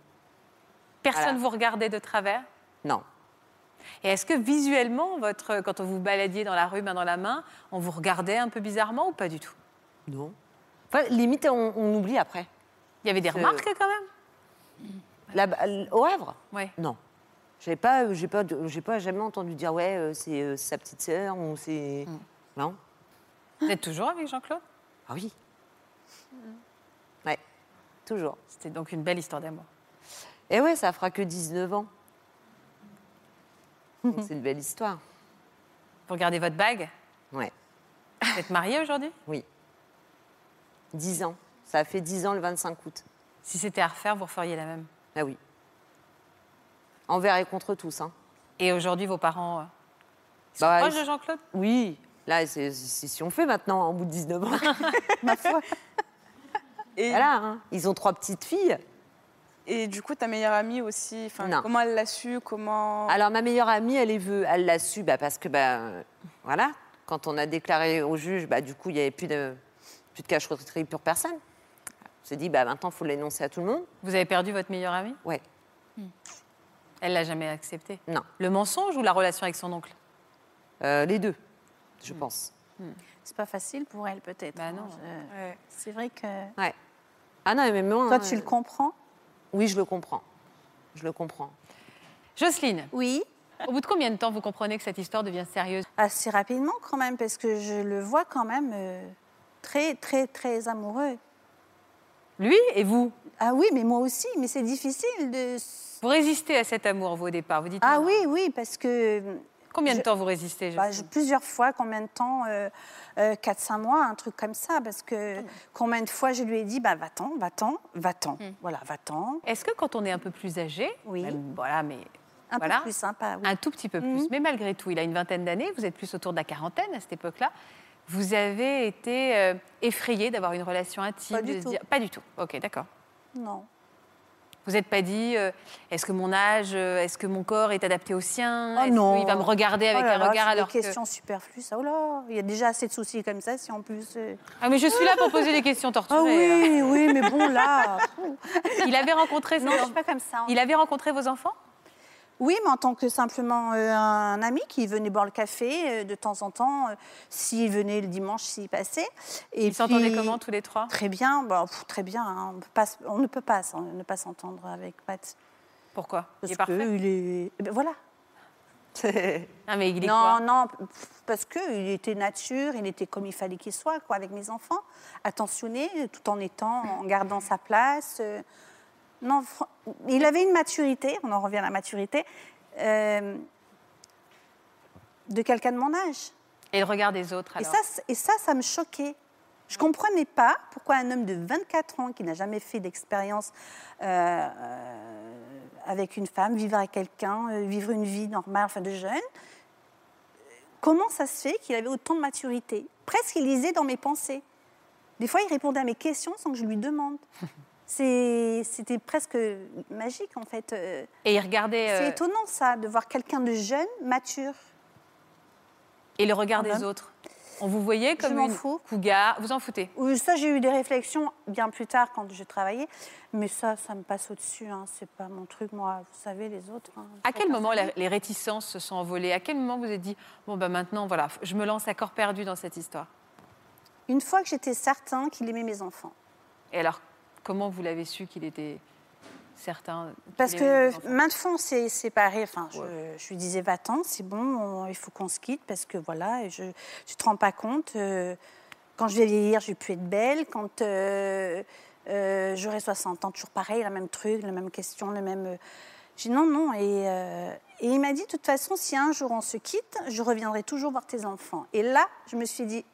Personne Voilà. vous regardait de travers. Non, Et est-ce que visuellement, votre, quand vous baladiez dans la rue, main dans la main, on vous regardait un peu bizarrement ou pas du tout non. Enfin, limite, on- on oublie après. Il y avait des C'est- remarques quand même Là-bas, l- au Havre Oui. Non. J'ai pas, euh, j'ai pas, de- j'ai pas jamais entendu dire ouais, euh, c'est euh, sa petite sœur ou c'est. Non. Vous êtes toujours avec Jean-Claude Ah oui. Ouais. Toujours. C'était donc une belle histoire d'amour. Et ouais, ça fera que 19 ans. Donc, c'est une belle histoire. Vous regardez votre bague Ouais. Vous êtes mariés aujourd'hui Oui. 10 ans. Ça a fait 10 ans le 25 août. Si c'était à refaire, vous referiez la même. Ah oui. Envers et contre tous. Hein. Et aujourd'hui, vos parents euh, ils sont Bah, proches ils- de Jean-Claude Oui. Là, c'est c'est- si on fait maintenant, en bout de 19 ans. Et, voilà. hein. Ils ont trois petites filles. et du coup, ta meilleure amie aussi, enfin, Non. comment elle l'a su comment... Alors ma meilleure amie, elle est veuve, elle l'a su, bah, parce que bah, euh, voilà, quand on a déclaré au juge, bah, du coup il n'y avait plus de plus de cacheroterie pour personne. On s'est dit bah maintenant faut l'énoncer à tout le monde. Vous avez perdu votre meilleure amie Ouais, Elle l'a jamais accepté. non, Le mensonge ou la relation avec son oncle Euh, les deux, je pense. C'est pas facile pour elle, peut-être. Bah non. Euh, Ouais. C'est vrai que. Ouais. Ah non mais moi. Toi, hein, tu euh, le comprends Oui je le comprends, je le comprends. Jocelyne, Oui. au bout de combien de temps vous comprenez que cette histoire devient sérieuse Assez rapidement, quand même, parce que je le vois quand même euh, très, très, très amoureux. Lui et vous Ah oui, mais moi aussi, mais c'est difficile de. s- Vous résistez à cet amour, vous, au départ. Vous dites Ah non. oui, oui, parce que Combien de Je- temps vous résistez bah, je- Jocelyne plusieurs fois, combien de temps euh, euh, 4-5 mois, un truc comme ça, parce que Mm. combien de fois je lui ai dit bah, va-t'en, va-t'en, va-t'en. Mm. Voilà, va-t'en. Est-ce que quand on est un peu plus âgé, Oui. même, voilà, mais Un Voilà. Ah. peu plus sympa. oui. un tout petit peu plus, Mhm. mais malgré tout, il a une vingtaine d'années, vous êtes plus autour de la quarantaine à cette époque-là, vous avez été euh, effrayé d'avoir une relation intime Pas du de se tout. Pas du tout. Ok, d'accord. Non. Vous n'êtes pas dit, euh, est-ce que mon âge, euh, est-ce que mon corps est adapté au sien Oh Est-ce non. qu'il va me regarder avec Oh là un là, regard c'est alors des que... questions superflues, ça. Oh là, il y a déjà assez de soucis comme ça, si en plus. euh, Ah, mais je suis là pour poser des questions torturées. Ah oui, oui, mais bon, là. hein. Il avait rencontré... non, je suis pas comme ça. Il avait rencontré vos enfants Oui, mais en tant que simplement euh, un ami qui venait boire le café euh, de temps en temps, euh, s'il venait le dimanche, s'il passait. Et Ils s'entendaient puis- comment tous les trois Très bien, bah, pff, très bien. hein, on, peut pas s- on ne peut pas s'en- ne pas s'entendre avec Pat. Pourquoi Il est Parce parfait que il est- eh ben, voilà. Ah, mais il est Non, quoi non, pff, parce qu'il était nature, il était comme il fallait qu'il soit, quoi, avec mes enfants. Attentionné, tout en étant, en gardant sa place. euh, Non, fr- il avait une maturité, on en revient à la maturité, euh, de quelqu'un de mon âge. Et le regard des autres Et alors ça, c- et ça, ça me choquait. Je ne comprenais pas pourquoi un homme de 24 ans qui n'a jamais fait d'expérience euh, euh, avec une femme, vivre avec quelqu'un, euh, vivre une vie normale, enfin de jeune, euh, comment ça se fait qu'il avait autant de maturité Presque il lisait dans mes pensées. Des fois, il répondait à mes questions sans que je lui demande. C'est- C'était presque magique en fait. Euh, Et il regardait... euh, C'est étonnant ça, de voir quelqu'un de jeune, mature. Et le regard Madame. des autres On vous voyait comme m'en une fous. cougar. Vous en foutez Oui, Ça, j'ai eu des réflexions bien plus tard quand je travaillais, mais ça, ça me passe au-dessus. Hein. C'est pas mon truc, moi. Vous savez, les autres. hein, À quel chacun moment sa la- vie. les réticences se sont envolées À quel moment vous êtes dit bon bah maintenant voilà f- je me lance à corps perdu dans cette histoire Une fois que j'étais certain qu'il aimait mes enfants, Et alors comment vous l'avez su qu'il était certain qu'il parce aimait que les enfants maintes fois on s'est séparés. Enfin, je, je lui disais va-t'en, c'est bon, on- il faut qu'on se quitte parce que voilà, et je, tu te rends pas compte. euh, quand je vais vieillir, je vais plus être belle. Quand euh, euh, j'aurai 60 ans, toujours pareil, le même truc, la même question, le même. euh, J'ai dit non, non. Et, euh, et il m'a dit, de toute façon, si un jour on se quitte, je reviendrai toujours voir tes enfants. Et là, je me suis dit,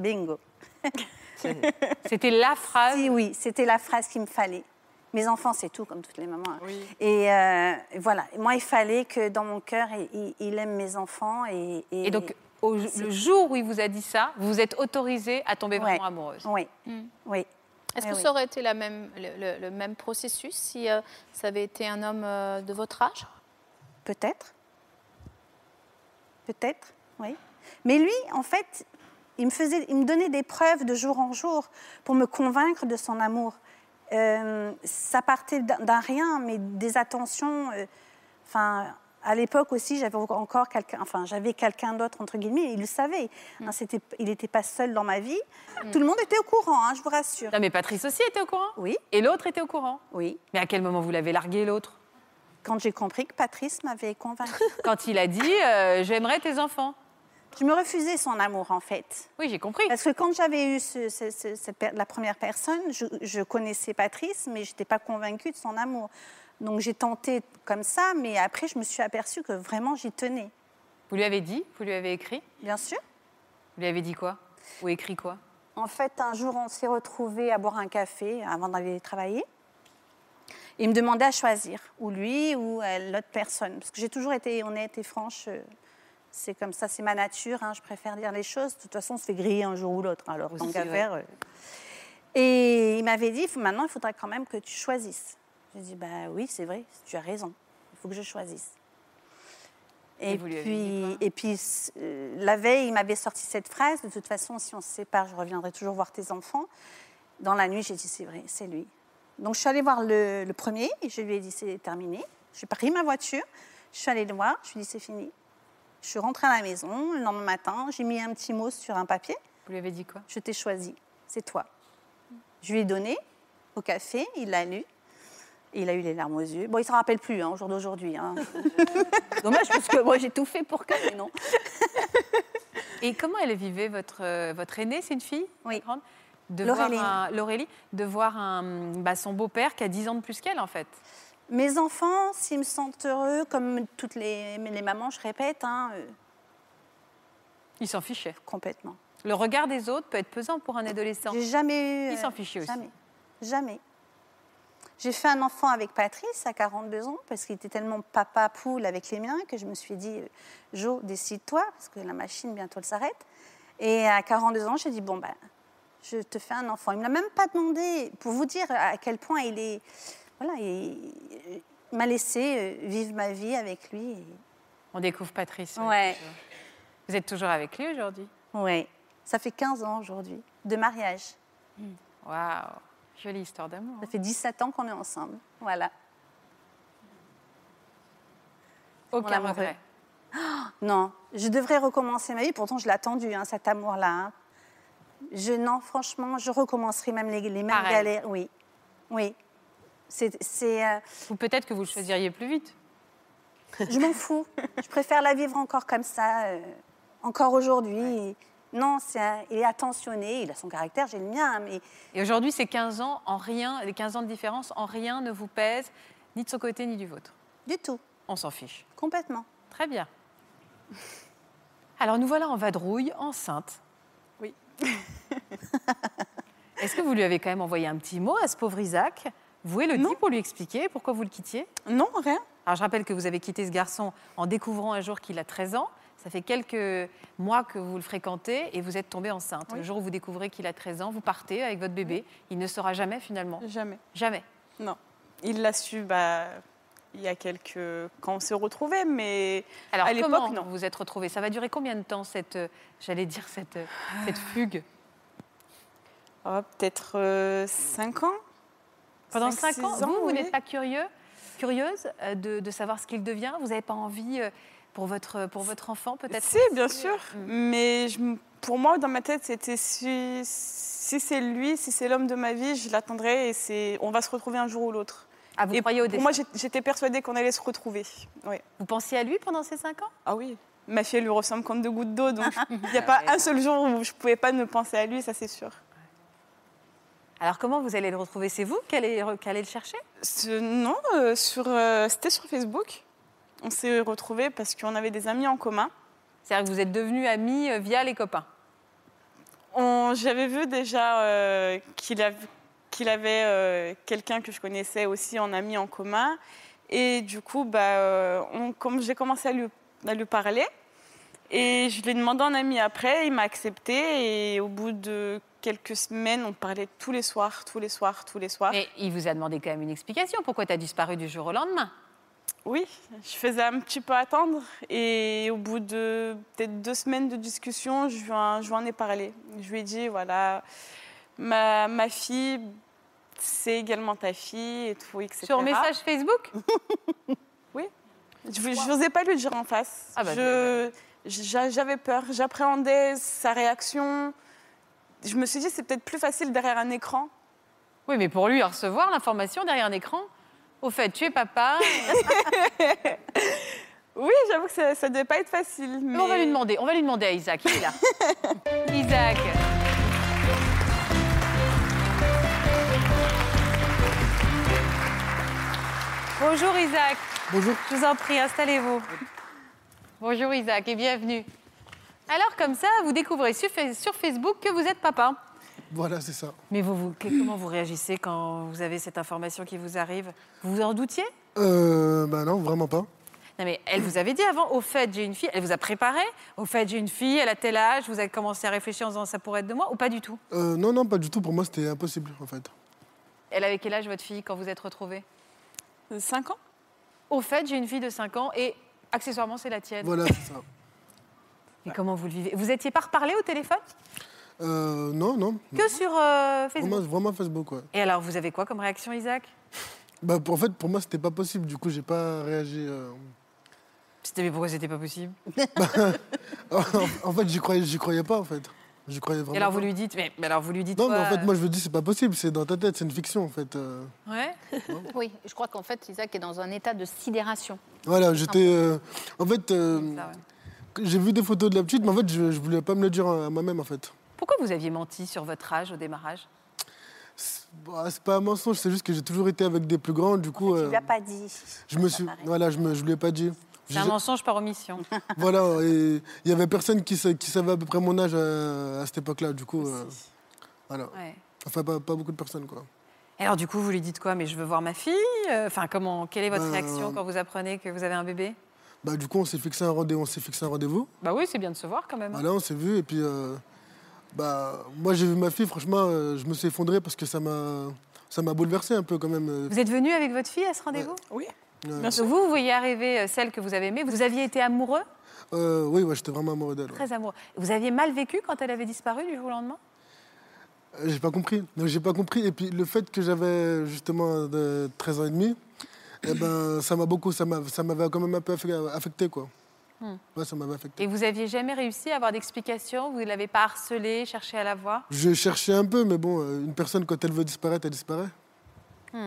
bingo. c'était la phrase Si, oui, c'était la phrase qu'il me fallait. Mes enfants, c'est tout, comme toutes les mamans. hein. Oui. Et euh, voilà, moi, il fallait que dans mon cœur, il- il, il aime mes enfants. Et, et donc au- le jour où il vous a dit ça vous vous êtes autorisé à tomber Ouais. vraiment amoureuse. Oui, hmm. Mm. oui. Est-ce Eh que oui. ça aurait été la même, le, le- le même processus si euh, ça avait été un homme euh, de votre âge Peut-être. Peut-être, oui. Mais lui, en fait, il me, faisait, il me donnait des preuves de jour en jour pour me convaincre de son amour. Euh, ça partait d'un d'un rien, mais des attentions. euh, Enfin, à l'époque aussi, j'avais encore quelqu'un, enfin, j'avais quelqu'un d'autre entre guillemets. et Il le savait. Hein, c'était- il n'était pas seul dans ma vie. Tout le monde était au courant, hein, je vous rassure. Non mais Patrice aussi était au courant Oui, et l'autre était au courant. oui. Mais à quel moment vous l'avez largué l'autre Quand j'ai compris que Patrice m'avait convaincue, Quand il a dit euh, j'aimerais tes enfants. je me refusais son amour en fait. Oui j'ai compris. Parce que quand j'avais eu ce- ce- ce- cette per- la première personne, je, je connaissais Patrice, mais je n'étais pas convaincue de son amour. Donc j'ai tenté comme ça, mais après je me suis aperçue que vraiment j'y tenais. Vous lui avez dit vous lui avez écrit Bien sûr. vous lui avez dit quoi ou écrit quoi En fait, un jour, on s'est retrouvés à boire un café avant d'aller travailler. Il me demandait à choisir, ou lui ou euh, l'autre personne. Parce que j'ai toujours été honnête et franche. euh, C'est comme ça, c'est ma nature. hein, je préfère dire les choses. De toute façon, on se fait griller un jour ou l'autre. hein, Alors, tant qu'à ouais. faire. euh. Et il m'avait dit, Faut- maintenant, il faudra quand même que tu choisisses. J'ai dit, bah oui, c'est vrai, tu as raison. Il faut que je choisisse. Et, Et vous lui avez dit puis, et puis s- euh, la veille, il m'avait sorti cette phrase de toute façon, si on se sépare, je reviendrai toujours voir tes enfants. Dans la nuit, j'ai dit c'est vrai, c'est lui. Donc je suis allée voir le, le premier et je lui ai dit c'est terminé. J'ai pris ma voiture, je suis allée le voir, je lui ai dit c'est fini. Je suis rentrée à la maison le lendemain matin, j'ai mis un petit mot sur un papier Vous lui avez dit quoi je t'ai choisi, c'est toi. Je lui ai donné au café, il l'a lu. et Il a eu les larmes aux yeux. Bon, il ne s'en rappelle plus, hein, au jour d'aujourd'hui. hein. Dommage, parce que moi, j'ai tout fait pour que... mais non. Et comment elle vivait votre, euh, votre aînée C'est une fille Oui. grande de Laurélie. voir un- Laurélie, de voir un, bah, son beau-père qui a 10 ans de plus qu'elle, en fait. Mes enfants, s'ils me sentent heureux, comme toutes les, les mamans, je répète, hein, euh, Il s'en fichait. complètement. Le regard des autres peut être pesant pour un adolescent. J'ai jamais eu... Ils euh, s'en fichaient aussi. Jamais. Jamais. J'ai fait un enfant avec Patrice à 42 ans parce qu'il était tellement papa poule avec les miens que je me suis dit, euh, Jo, décide-toi parce que la machine bientôt elle s'arrête. Et à 42 ans, j'ai dit, bon, ben, je te fais un enfant. Il ne me l'a même pas demandé pour vous dire à quel point il est voilà, et il m'a laissé euh, vivre ma vie avec lui. et- On découvre Patrice. oui. Ouais. Vous êtes toujours avec lui aujourd'hui Ouais. Ça fait 15 ans aujourd'hui de mariage. Waouh Jolie histoire d'amour. Ça fait 17 ans qu'on est ensemble. Voilà. Aucun amoureux. regret. Non, je devrais recommencer ma vie. Pourtant, je l'ai attendu, hein, cet amour-là. hein. Je non, franchement, je recommencerai même les, les mêmes Pareil. galères. Oui, oui. C'est, c'est, euh, Ou peut-être que vous le choisiriez plus vite. je m'en fous. Je préfère la vivre encore comme ça, euh, encore aujourd'hui. Non, c'est un- il est attentionné, il a son caractère, j'ai le mien, hein, mais Et aujourd'hui, ces 15 ans en rien, les 15 ans de différence en rien ne vous pèsent ni de son côté ni du vôtre. du tout, On s'en fiche. complètement. Très bien. Alors nous voilà en vadrouille, enceinte. Oui. Est-ce que vous lui avez quand même envoyé un petit mot à ce pauvre Isaac Vous et le Non. dit pour lui expliquer pourquoi vous le quittiez Non, rien. Alors je rappelle que vous avez quitté ce garçon en découvrant un jour qu'il a 13 ans. Ça fait quelques mois que vous le fréquentez et vous êtes tombée enceinte. Oui. Le jour où vous découvrez qu'il a 13 ans, vous partez avec votre bébé. Il ne saura jamais finalement. Jamais. Jamais. Non. Il l'a su bah, il y a quelques... quand on s'est retrouvés, mais Alors À l'époque, comment non. vous vous êtes retrouvés Ça va durer combien de temps cette, euh, j'allais dire cette, euh, cette Ah, fugue oh, peut-être euh, cinq ans. Pendant Cinq, 5 ans, six vous, vous oui. n'êtes pas curieux, curieuse euh, de, de savoir ce qu'il devient Vous n'avez pas envie euh, pour votre, pour votre enfant peut-être euh, Si, Mm. bien sûr. Mais je m- pour moi, dans ma tête, c'était si, si c'est lui, si c'est l'homme de ma vie, je l'attendrai et c'est, on va se retrouver un jour ou l'autre. Ah, vous et croyez au pour destin moi, j'ai- j'étais persuadée qu'on allait se retrouver. Ouais. Vous pensiez à lui pendant ces 5 ans Ah oui. Ma fille, elle lui ressemble comme deux gouttes d'eau, donc il n'y a pas Euh, un seul jour où je ne pouvais pas ne penser à lui, ça c'est sûr. Alors comment vous allez le retrouver C'est vous qui allez, qui allez le chercher Ce- non, euh, sur, euh, c'était sur Facebook. On s'est retrouvés parce qu'on avait des amis en commun. C'est-à-dire que vous êtes devenus amis euh, via les copains. On- J'avais vu déjà euh, qu'il av- qu'il avait euh, quelqu'un que je connaissais aussi en ami en commun. Et du coup, bah, euh, on- comme j'ai commencé à lui, à lui parler, et je lui ai demandé en ami après, il m'a accepté. Et au bout de quelques semaines, on parlait tous les soirs, tous les soirs, tous les soirs. Mais il vous a demandé quand même une explication. Pourquoi tu as disparu du jour au lendemain Oui, je faisais un petit peu attendre. Et au bout de peut-être deux semaines de discussion, je lui en, je lui en ai parlé. Je lui ai dit, voilà, ma, ma fille, c'est également ta fille et tout, etc. Sur message Facebook Je je n'osais pas lui dire en face. Ah bah, Je- j'a- J'avais peur, j'appréhendais sa réaction. Je me suis dit, c'est peut-être plus facile derrière un écran. Oui, mais pour lui, à recevoir l'information derrière un écran. Au fait, tu es papa. Oui, j'avoue que ça ne devait pas être facile. Mais On va lui demander. On va lui demander à Isaac. Il est là. Isaac. Bonjour Isaac. Bonjour. Je vous en prie, installez-vous. Bonjour Isaac et bienvenue. Alors comme ça, vous découvrez sur Fa- sur Facebook que vous êtes papa. Voilà, c'est ça. Mais vous, vous- que- comment vous réagissez quand vous avez cette information qui vous arrive Vous vous en doutiez Euh, bah non, vraiment pas. Non mais elle vous avait dit avant, au fait j'ai une fille, elle vous a préparé, au fait j'ai une fille, elle a tel âge, vous avez commencé à réfléchir en disant ça pourrait être de moi ou pas du tout Euh, non, non, pas du tout. Pour moi, c'était impossible, en fait. Elle avait quel âge votre fille quand vous êtes retrouvés Cinq ans Au fait j'ai une fille de 5 ans et accessoirement c'est la tienne. Voilà, c'est ça. Et comment vous le vivez Vous étiez pas reparlé au téléphone Euh, non, non. Que sur euh, Facebook Vraiment, vraiment Facebook, ouais. Et alors vous avez quoi comme réaction Isaac Bah, pour- en fait, pour moi, c'était pas possible. Du coup, j'ai pas réagi. euh. C'était mais pourquoi c'était pas possible en en fait, j'y croyais, j'y croyais pas, en fait. J'y croyais vraiment. Et alors vous pas. lui dites, mais, mais alors vous lui dites Non, mais en quoi, fait, moi, je me dis, c'est pas possible. C'est dans ta tête, c'est une fiction, en fait. euh. Ouais Oui, je crois qu'en fait, Isaac est dans un état de sidération. Voilà, j'étais. euh, En fait, euh, Ça, ouais. j'ai vu des photos de la petite, mais en fait, je, je voulais pas me le dire à moi-même, en fait. Pourquoi vous aviez menti sur votre âge au démarrage C'est bah, c'est pas un mensonge, c'est juste que j'ai toujours été avec des plus grands, du coup. Tu euh, lui as pas dit. Je me suis, voilà, je me, je lui ai pas dit. C'est un J'ai- mensonge par omission. Voilà, et il y avait personne qui, sa- qui savait à peu près mon âge euh, à, cette époque-là, du coup, euh, voilà. Ouais. Enfin, pas, pas beaucoup de personnes, quoi. Et Alors du coup, vous lui dites quoi Mais je veux voir ma fille. euh, Enfin, comment Quelle est votre Ben, réaction euh, quand vous apprenez que vous avez un bébé Bah, du coup, on s'est fixé un rendez-vous, on s'est fixé un rendez-vous. Bah oui, c'est bien de se voir quand même. Voilà, on s'est vu, et puis, euh, bah, moi, j'ai vu ma fille, franchement, euh, je me suis effondré parce que ça m'a, ça m'a bouleversé un peu quand même. euh, Vous êtes venu avec votre fille à ce rendez-vous Oui. euh, Bien sûr. Donc Vous, vous voyez arriver euh, celle que vous avez aimée. Vous aviez été amoureux, euh, oui, ouais, j'étais vraiment amoureux d'elle. ouais. très amoureux. Vous aviez mal vécu quand elle avait disparu du jour au lendemain Euh, J'ai pas compris. Non, J'ai pas compris. Et puis le fait que j'avais justement de 13 ans et demi, eh ben, ça m'a beaucoup, ça m'a- ça m'avait quand même un peu affecté- affecté quoi. Ouais, ça m'avait affecté. Et vous aviez jamais réussi à avoir d'explication Vous ne l'avez pas harcelée, cherché à la voir Je cherchais un peu, mais bon, euh, une personne quand elle veut disparaître, elle disparaît. Et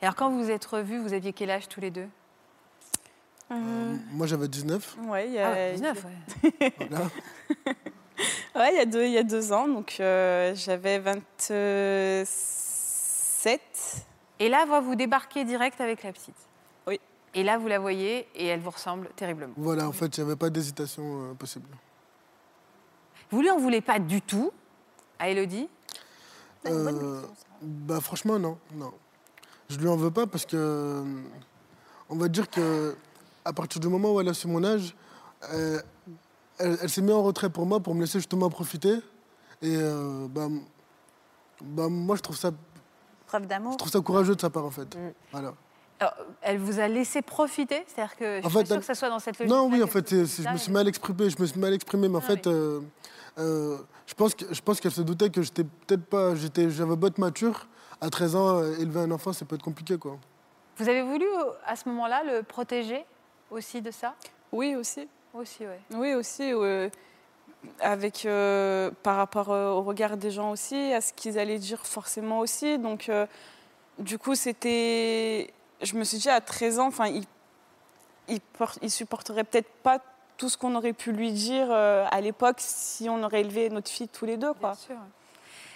alors, quand vous vous êtes revus, vous aviez quel âge tous les deux Euh, Moi j'avais 19. ouais, il y a, Ah, 19, ouais. voilà. Ouais, il y a deux, il y a deux ans, donc euh, j'avais 27. Et là, vous vous débarquez direct avec la petite. Oui. Et là, vous la voyez et elle vous ressemble terriblement. Voilà, en fait, j'avais pas d'hésitation euh, possible. Vous lui en voulez pas du tout à Elodie Euh, bah franchement non, non. Je lui en veux pas parce que euh, on va dire que à partir du moment où elle a su mon âge, euh, elle, elle s'est mise en retrait pour moi pour me laisser justement profiter. Et euh, bah, m- bah, moi je trouve ça Preuve d'amour. je trouve ça courageux de sa part en fait. Voilà. Alors, Euh, Elle vous a laissé profiter C'est-à-dire que je suis pas En fait, sûre elle- que ça soit dans cette logique. Non, oui, en fait, c'est- c'est- je me suis mal exprimé. Je me suis mal exprimé, mais en Ah fait, euh, euh, je pense que je pense qu'elle se doutait que j'étais peut-être pas, j'étais, j'avais botte mature. À 13 ans, euh, élever un enfant, ça peut être compliqué, quoi. Vous avez voulu euh, à ce moment-là le protéger aussi de ça Oui, aussi. Aussi, ouais. Oui, aussi. euh, avec, euh, par rapport euh, au regard des gens aussi, à ce qu'ils allaient dire forcément aussi. Donc, euh, du coup, c'était. Je me suis dit, à 13 ans, enfin, il, il, por- il supporterait peut-être pas tout ce qu'on aurait pu lui dire euh, à l'époque si on aurait élevé notre fille tous les deux, Bien quoi. sûr.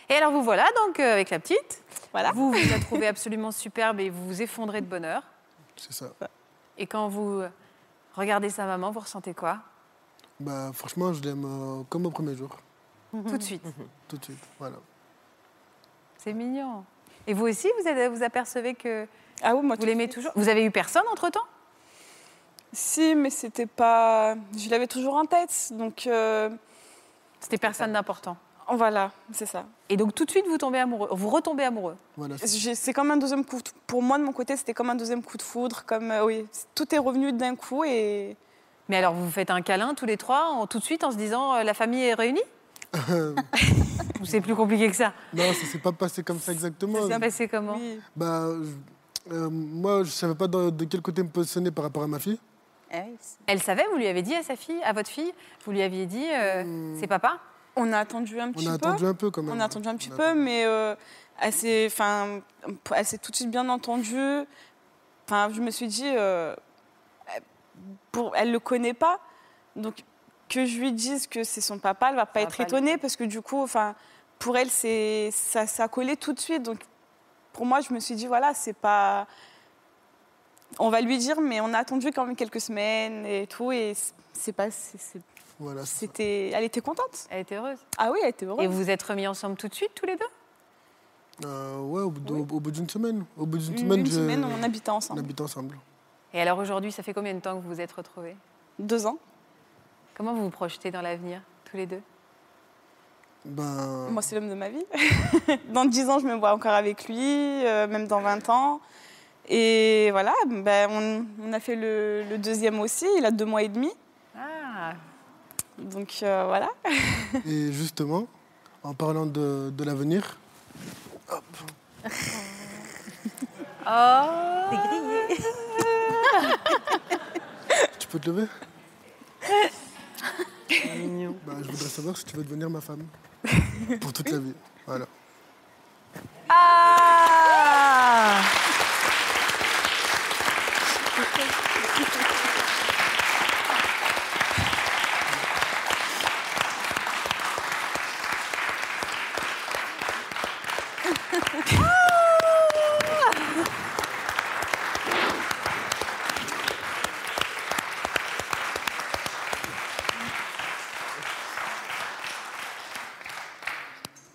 Et alors vous voilà donc euh, avec la petite. Voilà. Vous vous la trouvez absolument superbe et vous vous effondrez de bonheur. C'est ça. Et quand vous euh, regardez sa maman, vous ressentez quoi Bah, franchement, je l'aime euh, comme au premier jour, Mhm. Tout de suite. tout de suite. Voilà. C'est mignon. Et vous aussi, vous, avez- vous apercevez que Ah oui, moi, tout vous de l'aimez suite. toujours Vous avez eu personne entre-temps Si, mais c'était pas. Je l'avais toujours en tête. Donc, euh, C'était personne d'important. voilà, c'est ça. Et donc tout de suite, vous tombez amoureux. Vous retombez amoureux. Voilà. c'est- J'ai- C'est comme un deuxième coup. de- Pour moi, de mon côté, c'était comme un deuxième coup de foudre. Comme, euh, oui, tout est revenu d'un coup et. Mais alors vous vous faites un câlin tous les trois, en- tout de suite en se disant euh, la famille est réunie Ou c'est plus compliqué que ça non, ça s'est pas passé comme ça exactement. Ça s'est passé comment Oui. Bah, je- euh, moi, je savais pas de, de quel côté me positionner par rapport à ma fille. Eh oui, c'est- Elle savait, vous lui avez dit à sa fille, à votre fille, vous lui aviez dit euh, c'est papa On a attendu un On petit a peu. attendu un peu quand même. On a attendu un petit On a peu, mais euh, elle s'est enfin, elle s'est tout de suite bien entendue. Enfin, je me suis dit, euh, elle- pour, elle le connaît pas, donc que je lui dise que c'est son papa, elle va pas va être pas étonnée parce que du coup, enfin, pour elle, c'est ça, ça collait tout de suite. Donc pour moi, je me suis dit, voilà, c'est pas. On va lui dire, mais on a attendu quand même quelques semaines et tout, et c'est- c'est pas, c'est- c'est- Voilà. c'est ça. c'était, elle était contente. Elle était heureuse. Ah oui, elle était heureuse. Et vous vous êtes remis ensemble tout de suite, tous les deux Euh, ouais, au bout de- Oui. au bout d'une semaine. Au bout d'une Une, semaine, une je- semaine, on habitait on ensemble. habite ensemble. Et alors aujourd'hui, ça fait combien de temps que vous vous êtes retrouvés Deux ans. Comment vous vous projetez dans l'avenir, tous les deux Ben, Moi, c'est l'homme de ma vie. dans dix ans, je me vois encore avec lui, euh, même dans 20 ans. Et voilà, ben, on, on a fait le, le deuxième aussi, il a deux mois et demi. Ah, Donc euh, voilà. et justement, en parlant de, de l'avenir, Oh c'est grillé. tu peux te lever Bah, je voudrais savoir si tu veux devenir ma femme. Pour toute la vie. Voilà. Ah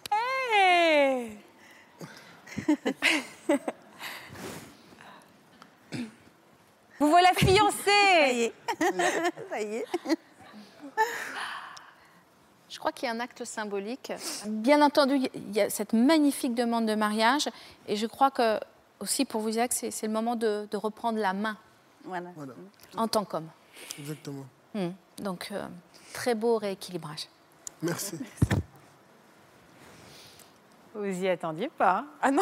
Hey Vous voilà Ça y fiancés est. Ça y est. Je crois qu'il y a un acte symbolique. Bien entendu, il y a cette magnifique demande de mariage. Et je crois que, aussi pour vous, Isaac, c'est c'est le moment de, de reprendre la main Voilà. Voilà, en tant qu'homme. exactement. Hmm. Donc, euh, très beau rééquilibrage. Merci. Vous y attendiez pas. hein Ah non,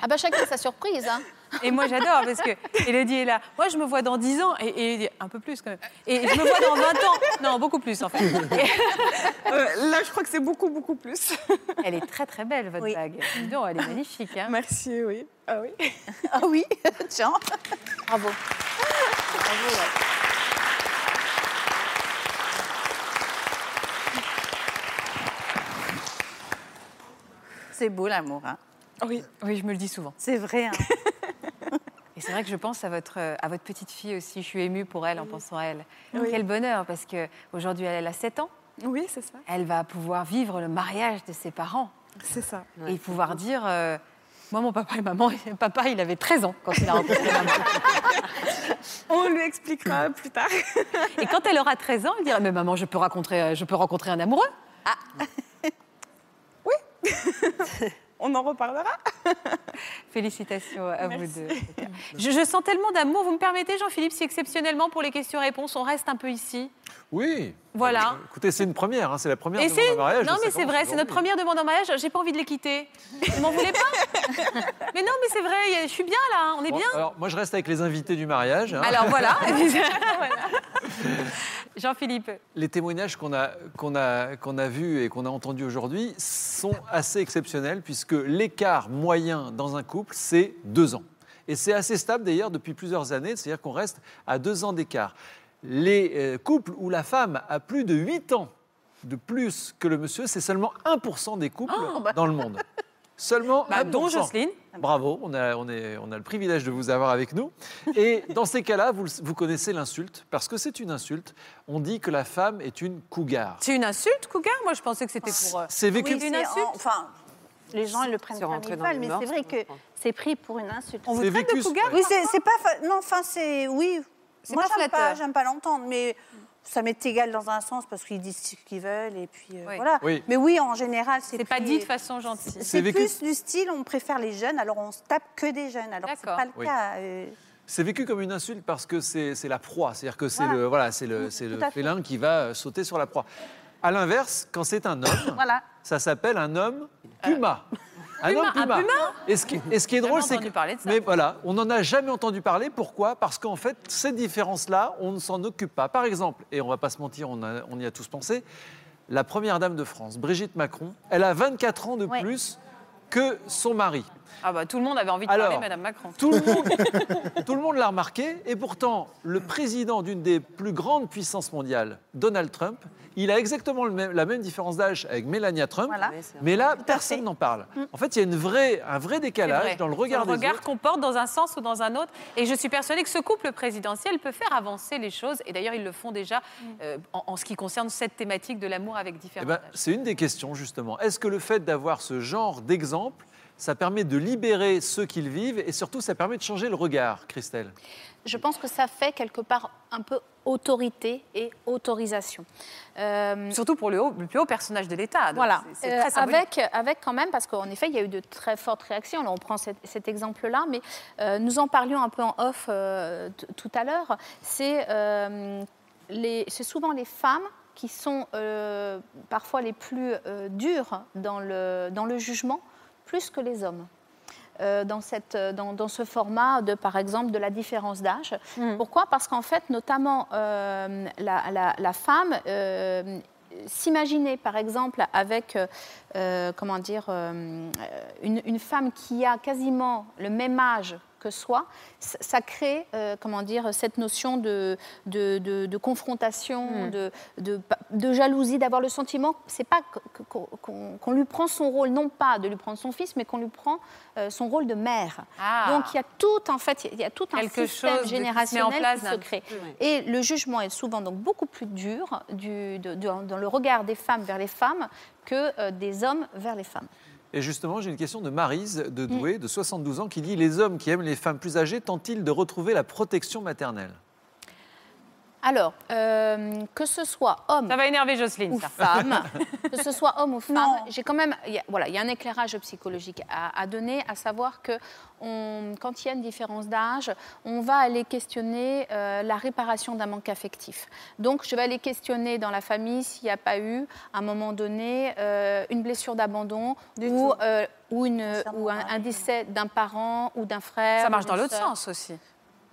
Ah bah chacun sa surprise. hein. Et moi, j'adore parce que Elodie est là. Moi, je me vois dans 10 ans, et, et Élodie, un peu plus quand même. Et je me vois dans 20 ans. Non, beaucoup plus en fait. Euh, là je crois que c'est beaucoup, beaucoup plus. Elle est très très belle, votre Oui. bague. Dis donc, elle est magnifique. hein. Merci, oui. Ah oui. Ah oui, tiens. Bravo. C'est beau l'amour. hein. Oui. Oui, je me le dis souvent. C'est vrai. hein. Et c'est vrai que je pense à votre, euh, à votre petite fille aussi. Je suis émue pour elle en pensant à elle. Oui. Quel bonheur, parce qu'aujourd'hui, elle a 7 ans. Oui, c'est ça. Elle va pouvoir vivre le mariage de ses parents C'est ça. et pouvoir dire euh, Moi, mon papa et maman, papa, il avait 13 ans quand il a rencontré maman. On lui expliquera plus tard. Et quand elle aura 13 ans, elle dira Mais maman, je peux, rencontrer, euh, je peux rencontrer un amoureux On en reparlera. Félicitations à Merci. vous deux. Je, je sens tellement d'amour. Vous me permettez, Jean-Philippe, si exceptionnellement pour les questions-réponses, on reste un peu ici Oui. Voilà. Euh, Écoutez, c'est une première, hein, c'est la première Et demande c'est- en mariage. Non, de mais Sacran c'est vrai, c'est notre aujourd'hui. première demande en mariage. J'ai pas envie de les quitter. Vous m'en voulez pas Mais non, mais c'est vrai, y a- je suis bien là, hein. on est Bon, bien. alors, moi, je reste avec les invités du mariage. hein. Alors voilà. Voilà. Jean-Philippe, Les témoignages qu'on a, qu'on a, qu'on a vus et qu'on a entendus aujourd'hui sont assez exceptionnels puisque l'écart moyen dans un couple, c'est deux ans. Et c'est assez stable d'ailleurs depuis plusieurs années, c'est-à-dire qu'on reste à deux ans d'écart. Les euh, couples où la femme a plus de huit ans de plus que le monsieur, c'est seulement 1% des couples dans le monde. Seulement Oh, bah, 1%. dont Jocelyne. Ah, Bravo, on a, on, est- on a le privilège de vous avoir avec nous. Et dans ces cas-là, vous, le- vous connaissez l'insulte, parce que c'est une insulte. On dit que la femme est une cougar. C'est une insulte, Cougar Moi, je pensais que c'était pour. euh, C'est vécu. Oui, C'est une en- insulte. Enfin, les gens ils le prennent C'est pas rentré du dans mal, les mais mœurs, c'est vrai je que pense. c'est pris pour une insulte. On vous C'est traite de vécu, cougar ouais. Oui, c'est c'est pas. fa- Non, enfin, c'est. Oui. C'est Moi, pas j'aime flatteur. pas, j'aime pas l'entendre, mais ça m'est égal dans un sens parce qu'ils disent ce qu'ils veulent et puis euh, Oui. voilà. Oui. Mais oui, en général, c'est. C'est pas pris- dit de façon gentille. C'est C'est vécu. plus du style, on préfère les jeunes, alors on se tape que des jeunes. Alors c'est D'accord. pas le Oui. cas. euh, C'est vécu comme une insulte parce que c'est c'est la proie. C'est-à-dire que c'est Voilà. le, voilà, c'est le, c'est le Tout à fait. félin qui va euh, sauter sur la proie. À l'inverse, quand c'est un homme, Voilà. ça s'appelle un homme puma. Un homme un puma. puma et, ce qui, et ce qui est drôle, c'est entendu que. parler de ça. Mais voilà, on n'en a jamais entendu parler. Pourquoi Parce qu'en fait, ces différences-là, on ne s'en occupe pas. Par exemple, et on ne va pas se mentir, on, a- on y a tous pensé, la première dame de France, Brigitte Macron, elle a 24 ans de Ouais. plus que son mari. Ah, bah, tout le monde avait envie de Alors, parler, Madame Macron. Tout le monde, tout le monde l'a remarqué. Et pourtant, le président d'une des plus grandes puissances mondiales, Donald Trump, il a exactement le même- la même différence d'âge avec Melania Trump. Voilà. Oui, c'est vrai. Mais là, à personne fait. n'en parle. En fait, il y a une vraie, un vrai C'est décalage vrai. dans le regard Sur le des regard autres. qu'on porte dans un sens ou dans un autre. Et je suis persuadée que ce couple présidentiel peut faire avancer les choses. Et d'ailleurs, ils le font déjà euh, en, en ce qui concerne cette thématique de l'amour avec Eh différents ben, âges. c'est une des questions, justement. Est-ce que le fait d'avoir ce genre d'exemple, ça permet de libérer ceux qu'ils vivent et surtout, ça permet de changer le regard, Christelle je pense que ça fait quelque part un peu autorité et autorisation. Euh, Surtout pour le, haut- le plus haut personnage de l'État. donc voilà, c'est- c'est Euh, très symbolique. avec, avec quand même, parce qu'en effet, il y a eu de très fortes réactions. Là, on prend cet, cet exemple-là, mais euh, nous en parlions un peu en off euh, t- tout à l'heure. C'est euh, les- c'est souvent les femmes qui sont euh, parfois les plus euh, dures dans le, dans le jugement, plus que les hommes. euh, dans, cette, euh, dans, dans ce format de, par exemple, de la différence d'âge. Mm. Pourquoi Parce qu'en fait, notamment, euh, la, la- la femme euh, s'imaginer, par exemple, avec, euh, euh, comment dire, euh, une, une femme qui a quasiment le même âge que soi, ça- ça crée, euh, comment dire, cette notion de, de, de- de Hmm. confrontation, de, de, de jalousie, d'avoir le sentiment, c'est pas que- qu'on qu'on- qu'on lui prend son rôle, non pas de lui prendre son fils, mais qu'on lui prend euh, son rôle de mère. Ah. Donc il y a tout, en fait, il y a tout un Quelque système chose de- qui se met en générationnel place qui se d'un crée. Et le jugement est souvent donc beaucoup plus dur du- de- de- dans le regard des femmes vers les femmes que euh, des hommes vers les femmes. Et justement, j'ai une question de Marise de Douai, de 72 ans, qui dit Les hommes qui aiment les femmes plus âgées tentent-ils de retrouver la protection maternelle Alors, euh, que ce soit homme Ça va énerver Jocelyne, ou ça. femme, que ce soit homme ou femme, Non. j'ai quand même, il y a- voilà, il y a un éclairage psychologique à, à donner, à savoir que on- quand il y a une différence d'âge, on va aller questionner euh, la réparation d'un manque affectif. Donc, je vais aller questionner dans la famille s'il n'y a pas eu, à un moment donné, euh, une blessure d'abandon ou, euh, ou, une, Blessure ou un, morale, un décès d'un parent ou d'un frère. Ça marche ou dans d'une l'autre sœur. sens aussi.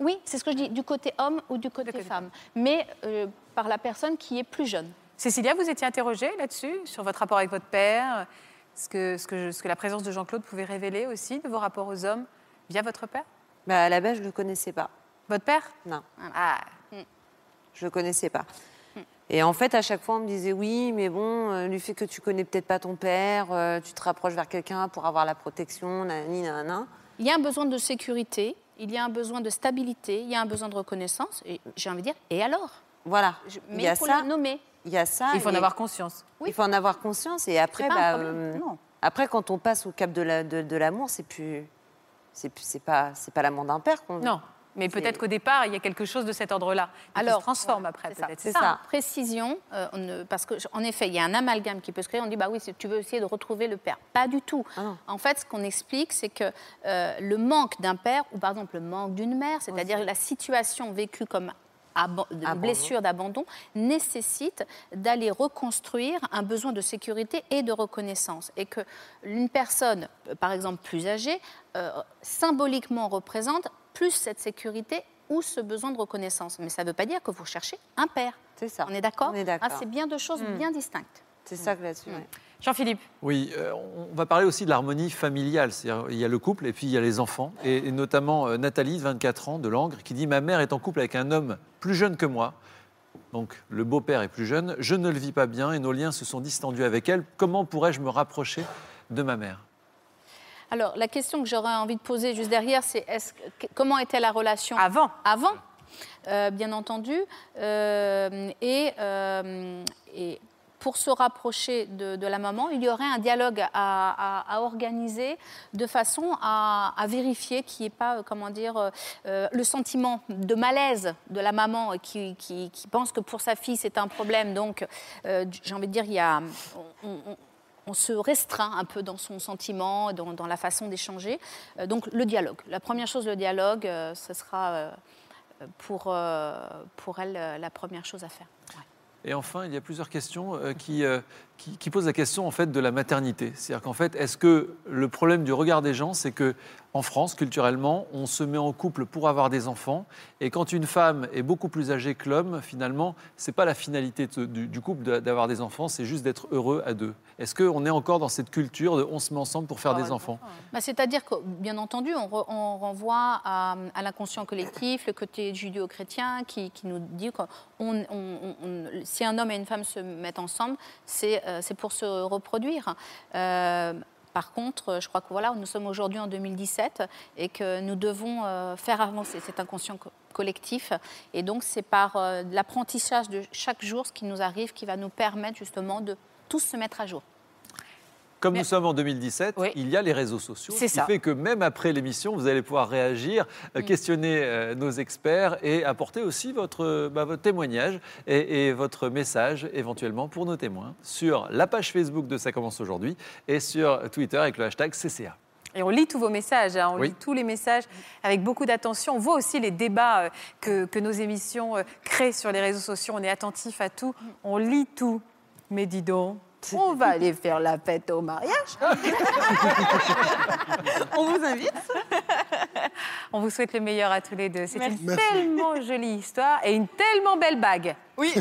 Oui, c'est ce que je dis, du côté homme ou du côté, côté femme, mais euh, par la personne qui est plus jeune. Cécilia, vous étiez interrogée là-dessus, sur votre rapport avec votre père, ce que, ce que, ce que la présence de Jean-Claude pouvait révéler aussi de vos rapports aux hommes via votre père Bah, à la base, je ne le connaissais pas. Votre père Non. Ah, Mm. Je ne le connaissais pas. Et en fait, à chaque fois, on me disait oui, mais bon, euh, du fait que tu connais peut-être pas ton père, euh, tu te rapproches vers quelqu'un pour avoir la protection, nanani, nanana. Il y a un besoin de sécurité, il y a un besoin de stabilité, il y a un besoin de reconnaissance, et j'ai envie de dire, et alors Voilà. Je- il, Mais y a il faut ça, le nommer. il y a Ah, ça. il faut en et avoir conscience. Oui. Il faut en avoir conscience. Et après, pas un bah, problème, euh, non. après, quand on passe au cap de l'amour, de, de l'amour, c'est plus. C'est plus- c'est pas, c'est pas l'amour d'un père qu'on Non, mais peut-être qu'au départ, il y a quelque chose de cet ordre-là. Alors, Alors, qui se transforme après, c'est ça, peut-être. C'est ça. Précision, euh, on ne- parce que je- en effet, il y a un amalgame qui peut se créer. On dit bah oui, c'est- tu veux essayer de retrouver le père. Pas du tout. Ah non. en fait, ce qu'on explique, c'est que euh, le manque d'un père ou par exemple le manque d'une mère, c'est-à-dire la situation vécue comme aban- de- Abandon. blessure d'abandon, nécessite d'aller reconstruire un besoin de sécurité et de reconnaissance, et que une personne, euh, par exemple plus âgée, euh, symboliquement représente plus cette sécurité ou ce besoin de reconnaissance. Mais ça ne veut pas dire que vous cherchez un père. C'est ça. On est d'accord On est d'accord. Hmm. Ah, c'est bien deux choses bien distinctes. C'est ça que là-dessus. Mm. ouais. Jean-Philippe, Oui, euh, on- on va parler aussi de l'harmonie familiale. C'est-à-dire, il y a le couple et puis il y a les enfants. Et, et notamment euh, Nathalie, de 24 ans, de Langres, qui dit Ma mère est en couple avec un homme plus jeune que moi. Donc le beau-père est plus jeune. Je ne le vis pas bien et nos liens se sont distendus avec elle. Comment pourrais-je me rapprocher de ma mère Alors, la question que j'aurais envie de poser juste derrière, c'est est-ce que- comment était la relation avant, avant, euh, bien entendu. Euh, et, euh, et pour se rapprocher de, de la maman, il y aurait un dialogue à, à- à organiser de façon à, à vérifier qu'il n'y ait pas, euh, comment dire, euh, euh, le sentiment de malaise de la maman qui, qui- qui pense que pour sa fille c'est un problème. Donc, euh, j'ai envie de dire, il y a, on- on- on- on se restreint un peu dans son sentiment, dans, dans la façon d'échanger. Euh, donc le dialogue. La première chose, le dialogue, euh, ce sera euh, pour, euh, pour elle euh, la première chose à faire. Et enfin, il y a plusieurs questions euh, qui, euh, qui, qui posent la question en fait de la maternité. C'est-à-dire qu'en fait, est-ce que le problème du regard des gens, c'est que en France, culturellement, on se met en couple pour avoir des enfants, et quand une femme est beaucoup plus âgée que l'homme, finalement, c'est pas la finalité de- du, du couple de- d'avoir des enfants, c'est juste d'être heureux à deux. Est-ce qu'on est encore dans cette culture de on se met ensemble pour faire des enfants Bah, C'est-à-dire que, bien entendu, on, re- on renvoie à, à l'inconscient collectif, le côté judéo-chrétien qui, qui nous dit que on- on- on- si un homme et une femme se mettent ensemble, c'est euh, c'est pour se reproduire. Euh, par contre, je crois que voilà, nous sommes aujourd'hui en 2017 et que nous devons euh, faire avancer cet inconscient co- collectif. Et donc, c'est par euh, l'apprentissage de chaque jour, ce qui nous arrive, qui va nous permettre justement de tous se mettre à jour. Comme Mais- nous sommes en 2017, Oui. il y a les réseaux sociaux, C'est ce qui ça. Mm. fait que même après l'émission, vous allez pouvoir réagir, euh, questionner euh, nos experts et apporter aussi votre, euh, bah, votre témoignage et, et votre message éventuellement pour nos témoins sur la page Facebook de Ça commence aujourd'hui et sur Twitter avec le hashtag CCA. Et on lit tous vos messages, hein, on Oui. lit tous les messages avec beaucoup d'attention. On voit aussi les débats euh, que, que nos émissions euh, créent sur les réseaux sociaux. On est attentif à tout, on lit tout. Mais dis donc, on va aller faire la fête au mariage. On vous invite. On vous souhaite le meilleur à tous les deux. C'est une Merci. tellement jolie histoire et une tellement belle bague. Oui.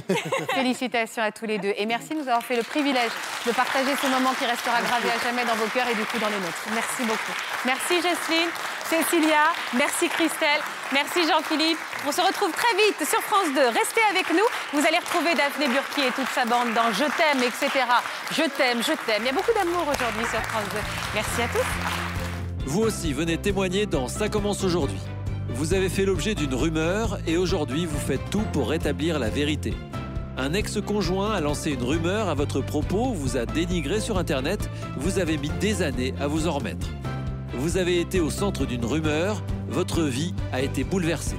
Félicitations à tous les deux et merci de nous avoir fait le privilège de partager ce moment qui restera gravé à jamais dans vos cœurs et du coup dans les nôtres. Merci beaucoup. Merci Jocelyne, Cécilia, merci Christelle, merci Jean-Philippe. On se retrouve très vite sur France 2. Restez avec nous. Vous allez retrouver Daphné Burki et toute sa bande dans Je t'aime, etc. Je t'aime, je t'aime. Il y a beaucoup d'amour aujourd'hui sur France 2. Merci à tous. Vous aussi venez témoigner dans Ça commence aujourd'hui. Vous avez fait l'objet d'une rumeur et aujourd'hui vous faites tout pour rétablir la vérité. Un ex-conjoint a lancé une rumeur à votre propos, vous a dénigré sur Internet, vous avez mis des années à vous en remettre. Vous avez été au centre d'une rumeur, votre vie a été bouleversée.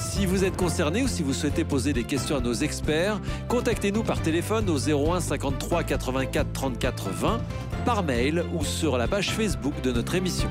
Si vous êtes concerné ou si vous souhaitez poser des questions à nos experts, contactez-nous par téléphone au 01 53 84 34 20, par mail ou sur la page Facebook de notre émission.